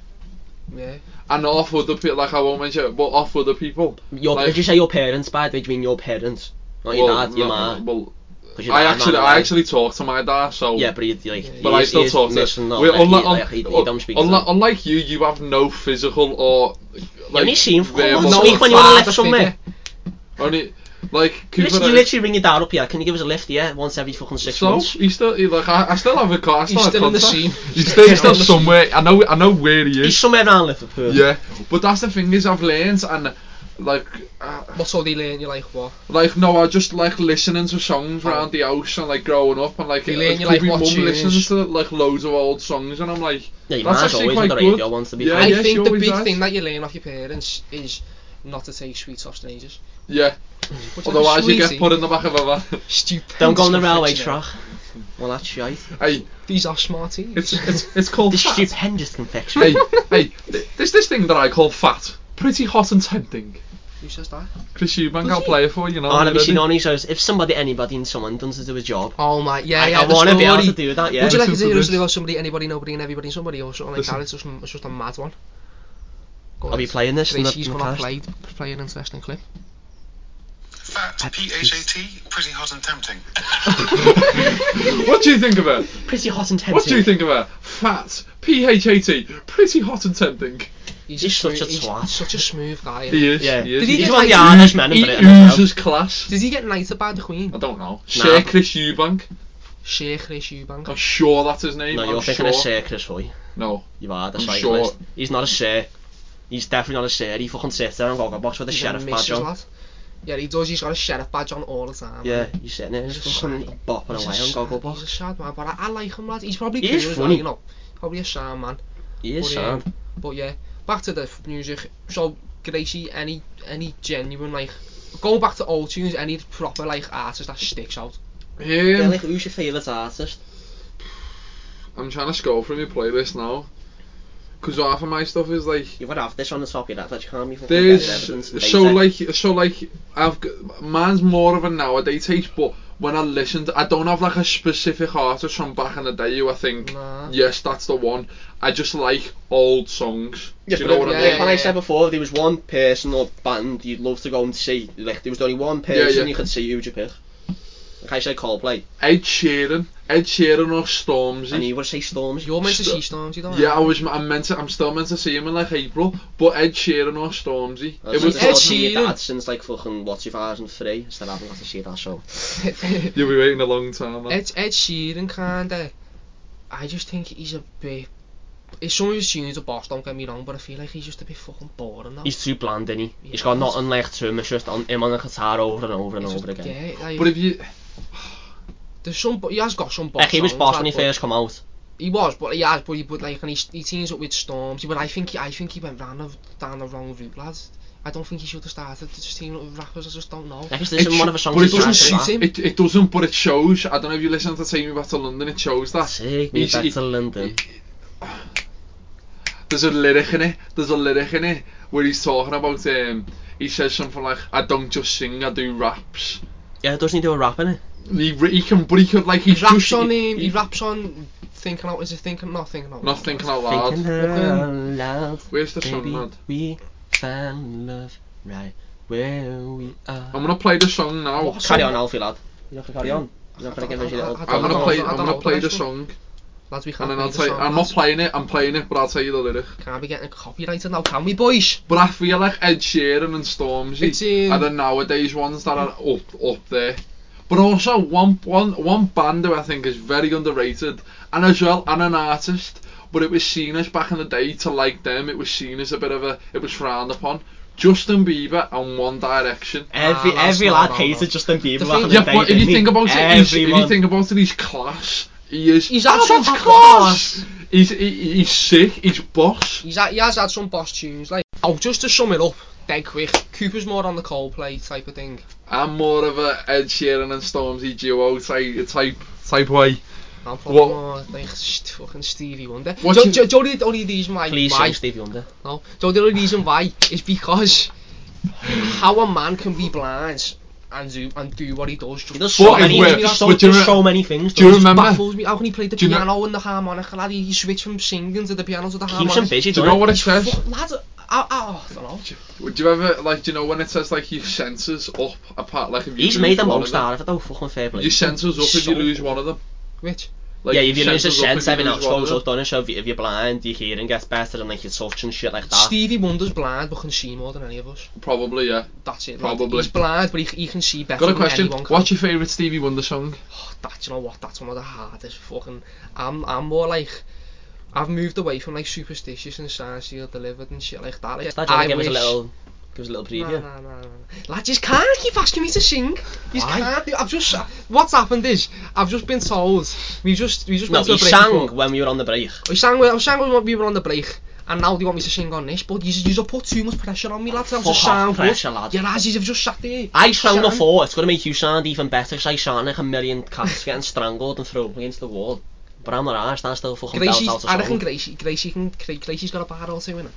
S1: Yeah.
S2: and off other people, like I won't mention, it, but off other people.
S3: Your,
S2: Like-
S3: did you say your parents, by the way? Do you mean your parents? Not your dad,
S2: no,
S3: your mom.
S2: Well,
S3: 'Cause your
S2: I
S3: dad,
S2: actually,
S3: mum,
S2: I
S3: right?
S2: actually talk to my dad, so
S3: Yeah, but he, like,
S2: but
S3: he,
S2: I
S3: is-
S2: still
S3: he is
S2: talk to.
S3: missing that.
S2: We're
S3: like,
S2: unlike-
S3: he, like, he, he
S2: un-
S3: don't speak
S2: unlike,
S3: to them.
S2: unlike you, you have no physical or
S3: You
S2: like
S3: only see him for
S2: verbal-
S3: once a
S1: No,
S3: week
S1: it's
S3: when you're on a
S1: bad,
S3: lift
S1: it's
S3: somewhere.
S1: bigger.
S2: only like Cooper.
S3: You literally, you literally ring your dad up, yeah. Can you give us a lift, yeah? Once every fucking six
S2: So
S3: months.
S2: he still he, like I, I still have a car. I still
S1: He's
S2: have
S1: still in the
S2: contact.
S1: scene.
S2: He's still, he's still
S1: on the scene.
S2: somewhere. I know I know where he
S3: He's
S2: is.
S3: somewhere around Liverpool.
S2: Yeah, but that's the thing is I've learned and like uh,
S1: What's all they learn? You're like what?
S2: like no I just like listening to songs
S1: Oh.
S2: round the house and like growing up and like
S1: You
S2: it-
S1: learn
S2: it
S1: you
S2: could
S1: like
S2: be
S1: what
S2: mum
S1: tunes.
S2: listens to like loads of old songs and I'm like
S3: Yeah, your
S2: That's
S3: man's
S2: actually
S3: always
S2: quite
S3: on the
S2: good.
S3: radio wants to be
S2: Yeah,
S1: I
S2: yeah, she
S1: think the
S2: always
S1: big
S2: has.
S1: thing that you learn off your parents is not to take sweets off strangers.
S2: yeah
S1: Which is
S2: otherwise you get
S1: sweetie.
S2: put in the back of a van.
S1: Stupid.
S3: Don't go on the railway
S1: confectionery.
S3: track. Well, that's shite.
S2: hey
S1: These are smarties.
S2: it's it's it's called
S3: This
S2: fat.
S3: stupendous confection.
S2: hey hey th- there's this thing that I call fat pretty hot and tempting.
S1: Who says that?
S2: Chris Eubank,
S1: Does
S2: I'll
S1: he?
S2: play it for you now.
S3: Oh, and have you
S2: already.
S3: seen on he says, if somebody, anybody, and someone doesn't do a job,
S1: Oh my, yeah,
S3: I,
S1: yeah.
S3: I
S1: the
S3: want to be able to
S1: story.
S3: do that, yeah.
S1: Would you like to
S2: Listen
S1: hear
S2: to
S1: us
S2: this.
S1: about somebody, anybody, nobody, and everybody, and somebody, or something like
S2: Listen.
S1: that? It's just, it's just a mad one. Go
S3: I'll be
S1: on.
S3: playing this in the,
S1: Tracy's
S3: in the
S1: gonna
S3: cast.
S1: play, play an interesting clip.
S4: Fat, P H A T, pretty hot and tempting.
S2: What do you think of it?
S3: Pretty hot and tempting.
S2: What do you think of her? Fat, P H A T, pretty hot and tempting.
S1: He's,
S3: He's
S1: smooth,
S3: such a
S1: he's
S3: twat.
S1: such a smooth guy. innit?
S2: He is.
S3: Yeah.
S2: He is.
S1: Did
S3: He's
S1: get,
S3: one of the
S1: like,
S3: hardest men in
S2: He
S3: Britain. I know.
S2: oozes class.
S1: Did he get knighted by the Queen?
S2: I don't know. Sir Chris Eubank.
S1: Sheer Chris Eubank.
S2: I'm sure that's his name.
S3: No,
S2: I'm
S3: you're
S2: sure.
S3: thinking of Sir Chris Hoy.
S2: No.
S3: You are, that's
S2: I'm
S3: right.
S2: sure-
S3: Chris. He's not a sir. He's definitely not a sir. He fucking sits there and got a box with a
S1: He's a
S3: sheriff badge
S1: missus,
S3: on.
S1: lad. Yeah, he does. He's got a sheriff badge on all the time.
S3: Yeah, he's sitting there just
S1: He's a
S3: fucking bopping
S1: He's a
S3: away on
S1: sad-
S3: goggle
S1: He's a
S3: box.
S1: sad man, but I, I like him, lad. He's probably
S3: He
S1: cool
S3: is
S1: as
S3: funny.
S1: well, you know. Probably a shy man.
S3: He is
S1: but, um,
S3: sad.
S1: But yeah, back to the f- music. So Gracie, any any genuine like going back to old tunes, any proper like artist that sticks out.
S3: Yeah,
S2: Him.
S3: like, who's your favourite artist?
S2: I'm trying to scroll through my playlist now. Because half of my stuff is like.
S3: You would have this on the top of your head, but you can't even think of evidence and
S2: There's so
S3: data.
S2: like so like I've g- mine's more of a nowadays taste, but when I listen, to, I don't have like a specific artist from back in the day who I think
S1: Nah.
S2: yes that's the one. I just like old songs.
S3: Yeah,
S2: Do you
S3: but
S2: know what
S3: like,
S2: I
S1: yeah,
S2: mean?
S1: yeah,
S3: like I said before, there was one person or band you'd love to go and see. Like, there was only one person
S2: yeah.
S3: you could see who'd you pick. Like I said, Coldplay,
S2: Ed Sheeran, Ed Sheeran or Stormzy.
S3: and you would say Storms.
S1: You're meant to
S2: Sto-
S1: see Storms, you don't.
S2: yeah, I was. I'm meant to. I'm still meant to see him in like April, but Ed Sheeran or Stormzy. It was.
S1: Ed
S3: Ed Sheeran.
S1: Sheeran.
S3: Dad since like fucking what 2003. Still haven't got to see that show.
S1: Ed,
S2: You'll be waiting a long time. Man.
S1: Ed Sheeran kinda. I just think he's a bit. It's some of his tunes are boss, don't get me wrong, but I feel like he's just a bit fucking boring now.
S3: He's too bland, isn't he? He's
S1: Yeah.
S3: got nothing left to him. It's just on him on the guitar over and over and
S1: It's
S3: over
S1: just-
S3: again.
S1: yeah, like,
S2: But if you,
S1: there's some, but he has got some boss.
S3: Like, he was
S1: songs,
S3: boss
S1: like,
S3: when he
S1: but-
S3: first come out.
S1: He was, but he has, but he but like, and he, he teams up with Stormzy. But I think he, I think he went round the, down the wrong route, lads. I don't think he should have started to just team up with rappers. I just don't know.
S3: Like, he's listening to one of the songs
S2: but it
S3: he's
S2: doesn't
S1: trying to
S2: suit
S1: rap.
S2: him. It, it doesn't, but it shows. I don't know if you listen to Take Me Back to London. It shows that.
S3: Take me
S2: He's-
S3: back
S2: he-
S3: to London.
S2: There's a lyric in it. There's a lyric in it where he's talking e? about um. He says something like, "I don't just sing, I do raps."
S3: Yeah, doesn't he do a rap in it?
S2: He, re- he can, but he could like
S1: He
S2: he's
S1: raps
S2: just,
S1: on
S2: he-
S1: him. He
S2: he-
S1: raps on thinking out. Is it thinking? Not thinking out.
S2: Not thinking out loud.
S3: Thinking out loud.
S2: Where's the
S3: Baby,
S2: song, lad?
S3: we found love right where we are.
S2: I'm gonna play the song now.
S1: What?
S3: Carry on, Alfie, lad. You're not gonna carry on. You're not gonna
S1: I-
S3: give
S1: I-
S3: us your
S1: I-
S3: little...
S1: I-
S2: I'm
S1: don't
S2: gonna
S1: know,
S2: play.
S1: I
S2: I'm
S1: don't
S2: gonna
S1: know,
S2: play
S1: can I
S2: the
S1: just-
S2: song,
S1: Lads, we can't.
S2: and
S1: play
S2: then I'll
S1: the
S2: tell. You,
S1: song,
S2: I'm not
S1: lads.
S2: playing it. I'm playing it, but I'll tell you the lyric.
S1: Can't be getting copyrighted now, can we, boys?
S2: But I feel like Ed Sheeran and Stormzy
S1: It's, um,
S2: are the nowadays ones that are up up there. But also one one one band who I think is very underrated, and as well, and an artist. But it was seen as back in the day to like them. It was seen as a bit of a. It was frowned upon. Justin Bieber and One Direction.
S3: Every,
S1: Ah, that's
S3: every
S1: not
S3: lad
S1: allowed,
S3: hated
S1: lad.
S3: Justin Bieber
S1: The
S3: back
S1: thing-
S3: in the
S2: Yeah,
S3: day,
S2: but if you
S3: didn't
S2: think
S3: he?
S2: about it, he's, if you
S3: Everyone.
S2: think about it, he's class. He is.
S1: He's had
S2: Oh,
S1: some
S2: that's
S1: class.
S2: He's he, he's sick. He's boss.
S1: He's had, he has had some boss tunes. Like, oh, just to sum it up, dead quick. Cooper's more on the Coldplay type of thing.
S2: I'm more of a Ed Sheeran and Stormzy duo type type type way.
S1: I'm fucking
S2: What-
S1: more like st- fucking Stevie Wonder.
S2: What
S1: Do,
S2: you-
S1: do, do you know the only reason why?
S3: Please
S1: why
S3: sing Stevie Wonder.
S1: No. So the only reason why is because how a man can be blind and do and do what he does just
S3: He does
S2: But
S3: so
S2: it
S3: many,
S2: works,
S3: he does so,
S2: but do you
S3: does
S2: re-
S3: so many things.
S2: Do you
S3: doesn't he?
S2: remember?
S1: baffles me. How can he play the
S2: Do you know-
S1: piano and the harmonica? Lad, he, he switched from singing to the piano to the
S3: Keeps him
S1: harmonica.
S3: busy,
S2: Do you know
S3: doesn't
S2: what
S3: he?
S2: it says?
S1: Fuck, Lad, I, oh, I, I don't know.
S2: Would you ever like? Do you know when it says like your senses up apart? Like if you
S3: He's
S2: lose
S3: made the
S2: one
S3: most
S2: of them,
S3: out of it though, fucking fair play.
S2: Your senses up if
S3: So
S2: you lose one of them.
S1: Which
S2: Like,
S3: yeah, if you
S2: your
S3: lose a
S2: senses up
S3: sense,
S2: if you
S3: everything
S2: lose
S3: else
S2: one
S3: goes
S2: of
S3: up, don't it? So if, if you're blind, your hearing gets better and like your touch and shit like that.
S1: Stevie Wonder's blind but can see more than any of us.
S2: them. Probably yeah.
S1: That's it. Lad.
S2: Probably.
S1: He's blind but he, he can see better
S2: Got a
S1: than
S2: question?
S1: anyone. Can.
S2: What's your favourite Stevie Wonder song?
S1: Oh, that, you know what? That's one of the hardest fucking. I'm, I'm more like. I've moved away from like superstitious and science shield delivered and shit like that. Like,
S3: Start trying
S1: I
S3: to give us a
S1: wish-
S3: little, give us a little
S1: No,
S3: preview.
S1: no, no, no. Lad, just can't keep asking me to sing. Just
S3: Why?
S1: can't. do- I've just. What's happened is I've just been told we just we just
S3: No,
S1: went to
S3: he
S1: a break.
S3: sang
S1: before.
S3: when we were on the break.
S1: I sang. when- I sang when we were on the break. And now they want me to sing on this, but you you put too much pressure on me, lads. I'm
S3: Fuck
S1: just
S3: off,
S1: sound good.
S3: pressure, lad.
S1: Yeah, lads, you've just sat there.
S3: I
S1: Sang.
S3: sang before, it's going to make you sound even better 'cause I sound like a million cats getting strangled and thrown against the wall. But I'm not arsed, I still fucking belt
S1: Gracie,
S3: out a
S1: I reckon
S3: song.
S1: Gracie, Gracie can, Gra- Gracie's got a bad or two in her.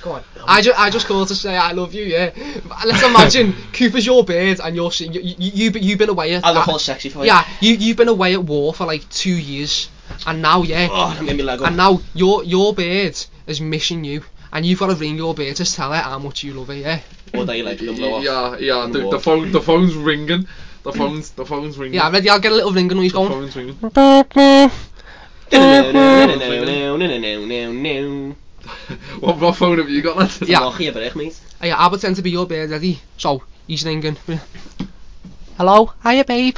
S1: Go on. I just, I just called to say I love you. Yeah. But Let's imagine Cooper's your beard and you're si- you, you, you, you've been away at.
S3: I
S2: Ah.
S3: look
S1: at-
S3: all sexy for you.
S1: yeah, you, you've been away at war for like two years, and now yeah,
S3: Oh, that made me leg up.
S1: and now your your beard is missing you, and you've got to ring your beard to tell her how much you love her. Yeah.
S3: Or they like them blow off.
S2: Yeah, yeah.
S3: And
S2: The,
S3: walk.
S2: the phone, the phone's ringing. The phone's, the phone's ringing.
S1: Yeah, I'm ready. I'll get a little ring and he's
S2: the
S1: going.
S2: phone's ringing.
S3: Oh, Mag
S2: What, what phone have you got? Lad?
S1: Ja.
S3: je bericht, mate?
S1: Oh, yeah, I pretend to be your beard, ready. So he's ringing. Hello, hiya, babe.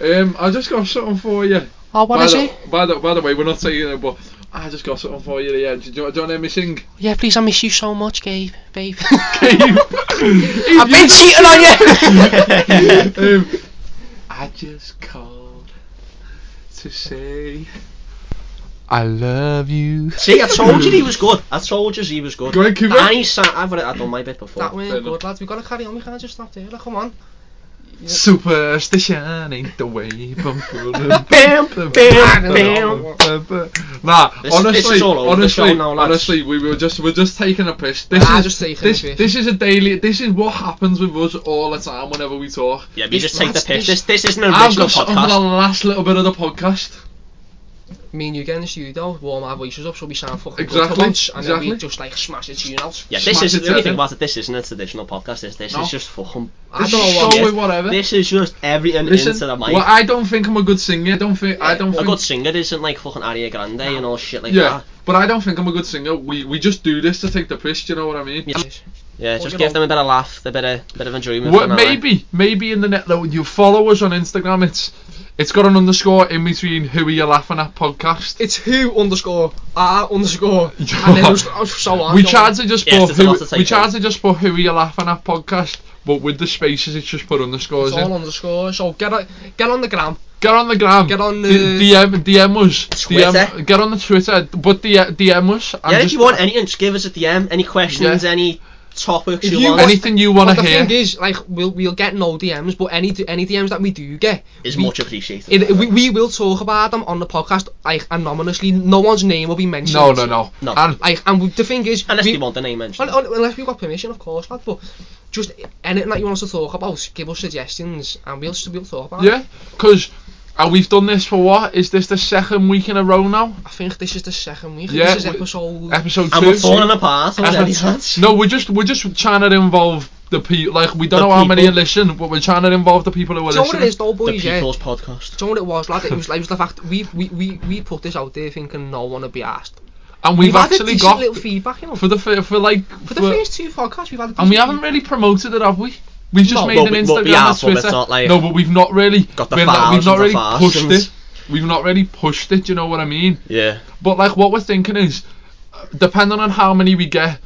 S2: Um, I just got something for you.
S1: Oh, what
S2: by
S1: is
S2: the,
S1: it?
S2: By the, by the way, we're not saying it, but I just got something for you. Yeah, do, you- do you want to hear me sing?
S1: Yeah, please, I miss you so much, Gabe, babe.
S2: I've
S1: I've been cheating on you.
S2: um, I just called to say I love you.
S3: See, I told you he was good. I told you he was good.
S2: Go ahead, Cooper.
S3: And he sang, I've already I've done my bit before.
S1: that went
S2: Fair enough.
S1: good, lads. We've got to carry on. We can't just stop there. Like, come on.
S2: Superstition ain't the way. Bum, bum, bum,
S3: Bam,
S2: bum,
S3: bam, bam.
S2: bum, bum, bum. Nah,
S3: This-
S2: honestly,
S3: this is all over the
S2: honestly,
S3: show now, lads.
S2: honestly, we were just we're just taking a piss. This
S1: Ah,
S2: is
S1: just taking a
S2: this,
S1: piss.
S2: this is a daily. This is what happens with us all the time whenever we talk.
S3: Yeah, we just take the
S1: That's-
S3: piss. This,
S1: this-
S3: this isn't an
S2: I've
S3: original
S2: got something for the
S3: podcast.
S2: last little bit of the podcast.
S1: Me and you get in the studio, warm our voices up so we sound fucking good
S2: Exactly,
S1: for once, and then we
S2: exactly.
S1: just like smash it to you out.
S3: Yeah, this
S2: Smash it
S3: isn't, when you
S2: down.
S3: think about it, this isn't a traditional podcast. This, this
S2: No.
S3: is just fucking...
S1: I
S2: This
S1: don't
S2: is
S1: know what.
S2: so
S3: Yes.
S2: whatever.
S3: This is just everything into
S2: Listen,
S3: the mic.
S2: well, I don't think I'm a good singer. I don't think I don't
S3: a
S2: think
S3: good singer isn't like fucking Ariana Grande and all shit like
S2: yeah,
S3: that.
S2: but I don't think I'm a good singer. We we just do this to take the piss. Do you know what I mean?
S3: Yeah.
S1: is.
S3: Yeah,
S1: Well,
S3: just
S1: you
S3: give
S1: know-
S3: them a bit of laugh, a bit of, bit of enjoyment.
S2: Well,
S3: from that, like.
S2: maybe maybe in the net though you follow us on Instagram. It's It's got an underscore in between who are you laughing at podcast.
S1: It's who underscore ah underscore and then there's- oh, so on.
S2: we
S1: so
S2: tried
S1: on.
S2: to just
S3: Yes,
S2: put
S3: there's a
S2: who
S3: lot to take
S2: we tried
S3: in.
S2: to just put who are you laughing at podcast, but with the spaces it's just put underscores
S1: It's all
S2: in.
S1: underscore. So get on, get on the gram.
S2: Get on the gram.
S1: Get on
S2: D-
S1: the-
S2: DM DM us.
S3: Twitter.
S2: DM, get on the Twitter, but D- DM us. and
S3: yeah, if
S2: just-
S3: you want anything, just give us a DM. Any questions,
S2: Yeah.
S3: any topics
S1: If
S3: you,
S1: you
S3: want.
S1: want-
S2: anything you want
S1: But
S2: to
S1: the
S2: hear.
S1: thing is, like, we'll we'll get no DMs, but any any DMs that we do get,
S3: is
S1: we-
S3: much appreciated.
S1: It, we, we will talk about them on the podcast, like anonymously. No one's name will be mentioned.
S2: no, no, no,
S3: No.
S2: And
S1: Like, and we, the thing is,
S3: Unless
S1: we,
S3: you want the name mentioned.
S1: un- un- unless we've got permission, of course, lad. But just anything that you want us to talk about, give us suggestions, and we'll we'll talk about.
S2: yeah,
S1: it.
S2: because we've done this for what? Is this the second week in a row now?
S1: I think this is the second week.
S2: Yeah,
S1: this is
S2: we-
S1: episode.
S2: Episode
S3: and
S2: two.
S3: we're falling apart already. lads.
S2: No, we're just we're just trying to involve the people. Like we don't
S3: The
S2: know how many
S3: people.
S2: listen, but we're trying to involve the people who are
S1: do you know what
S2: listening.
S1: it is, though,
S3: the
S1: boys? yeah.
S3: People's Podcast.
S1: Do you know what it was, lad? It was, it was the fact we, we, we, we put this out there thinking no one would be asked.
S2: And we've,
S1: had a
S2: actually
S1: decent
S2: got
S1: little feedback, you know.
S2: for the fir- for like
S1: For the
S2: for-
S1: first two podcasts, we've had. A
S2: and we
S1: decent
S2: haven't really promoted it, have we? We've just
S1: No.
S2: made
S3: Well,
S2: an
S3: we- well,
S2: Instagram
S3: we
S2: and
S3: have, but it's
S2: Twitter.
S3: not like-
S2: no, but we've not really
S3: Got the
S2: we're not, we've
S3: thousands
S2: not
S3: of
S2: really pushed
S3: thousands.
S2: it. We've not really pushed it. Do you know what I mean?
S3: Yeah.
S2: But like what we're thinking is, uh, depending on how many we get,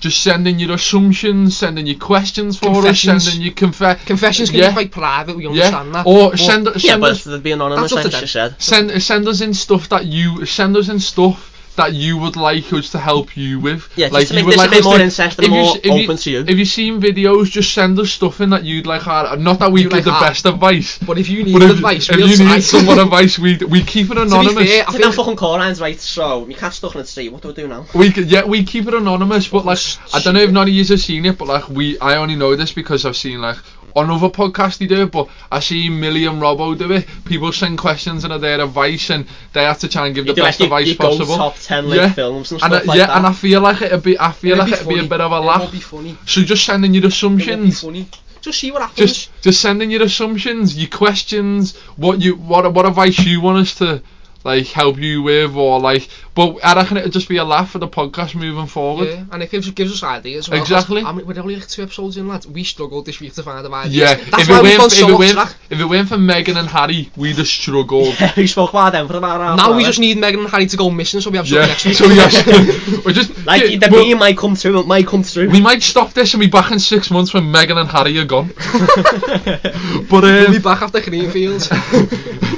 S2: just sending your assumptions, sending your questions for us,
S1: Confessions.
S2: sending your confess.
S1: Confessions can
S2: yeah,
S1: be quite private, we
S2: yeah.
S1: understand that.
S2: Or
S1: but
S2: send
S3: Yeah,
S2: send
S3: but
S2: us
S3: they'd be anonymous,
S1: That's up
S3: like
S1: to
S3: you said.
S2: send send us in stuff that you send us in stuff that you would like us to help you with.
S3: Yeah, just
S2: like
S3: to
S2: you
S3: make
S2: would
S3: this a bit
S2: us
S3: more
S2: to-
S3: incest and
S2: if you
S3: more
S2: s- if
S3: open to you.
S2: If you've seen videos, just send us stuff in that you'd like our. Not that we
S1: You'd
S2: give
S1: like
S2: the
S1: our-
S2: best advice.
S1: But if you
S2: but
S1: need
S2: if,
S1: advice,
S2: if
S1: we'll
S2: you
S1: try.
S2: need someone advice, we we keep
S1: to
S2: it
S1: be
S2: anonymous.
S1: fair, I
S3: It's like I'm
S1: feel,
S3: fucking Corans, right? So, my cat's stuck in the street. What do I do now?
S2: We c- yeah we keep it anonymous, but like I don't know if
S1: Shit.
S2: none of you have seen it, but like we I only know this because I've seen like on other podcasts they do it, but I see Millie and Robbo do it. People send questions and are their advice, and they have to try and give
S3: You
S2: the
S3: do
S2: best
S3: like your-
S2: advice
S3: your go
S2: possible.
S3: top 10 like, films and
S2: I,
S3: stuff like
S2: yeah,
S3: that.
S2: and I feel like it'd be I feel
S1: it'd
S2: like it'd be a
S1: funny.
S2: bit of a
S1: It
S2: laugh.
S1: won't be funny.
S2: So just sending your
S1: It won't be
S2: assumptions.
S1: funny. Just see what happens.
S2: Just just sending your assumptions, your questions, what you what what advice you want us to like help you with or like but I reckon it'd just be a laugh for the podcast moving forward.
S1: yeah, and it gives, gives us ideas. as Well, 'cause
S2: Exactly.
S1: I mean, we're only like two episodes in, lads. We struggled this week to find the ideas.
S2: Yeah,
S1: That's
S2: if,
S1: why
S2: it
S1: we've
S2: weren't,
S1: gone
S2: if, it
S1: so off
S2: weren't,
S1: track.
S2: if it weren't for Megan and Harry, we'd have struggled.
S3: Yeah, we spoke about them for about half
S1: Now
S2: Nou,
S3: an
S1: we
S3: hour.
S1: just need Megan and Harry to go missing so we have
S2: Yeah,
S1: something next week.
S2: so yes, we just
S3: Like,
S2: yeah,
S3: the
S2: but
S3: beam might come through, it might come through.
S2: we might stop this and be back in six months when Megan and Harry are gone. but
S1: We'll be
S2: um,
S1: back after Greenfield.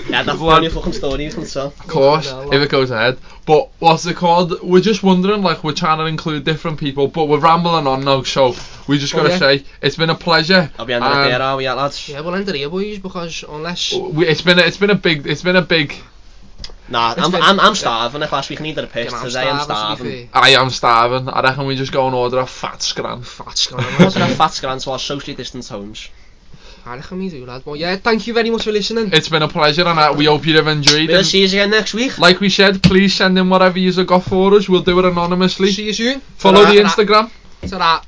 S3: yeah, that's the
S2: Well-
S3: only fucking story you can tell.
S2: of course,
S1: No,
S2: if it goes ahead. But what's it called? We're just wondering, like we're trying to include different people, but we're rambling on now, so we just
S1: Oh,
S2: gotta
S1: yeah.
S2: say it's been a pleasure.
S3: I'll be ending it
S1: Um,
S2: and
S3: there, are we, yeah, lads?
S1: yeah, we'll end it here, boys, because unless.
S2: we- it's been a, it's been a big it's been a big
S3: Nah, I'm,
S1: been-
S3: I'm, I'm starving. If last week I needed a piss,
S1: Yeah,
S3: today
S1: starving,
S3: I'm
S1: to be
S3: starving.
S1: fair.
S2: I am starving. I reckon we just go and order a fat scran.
S1: Fat scram.
S3: What's that fat scran to our socially distanced homes?
S1: I reckon we do, lad. But yeah, thank you very much for listening.
S2: It's been a pleasure, and uh, we hope you've enjoyed.
S3: We'll
S2: it.
S3: see you again next week.
S2: like we said, please send in whatever you've got for us. We'll do it anonymously.
S1: See you soon.
S2: Follow the
S1: Ta-ra.
S2: Instagram.
S1: Ta-ra.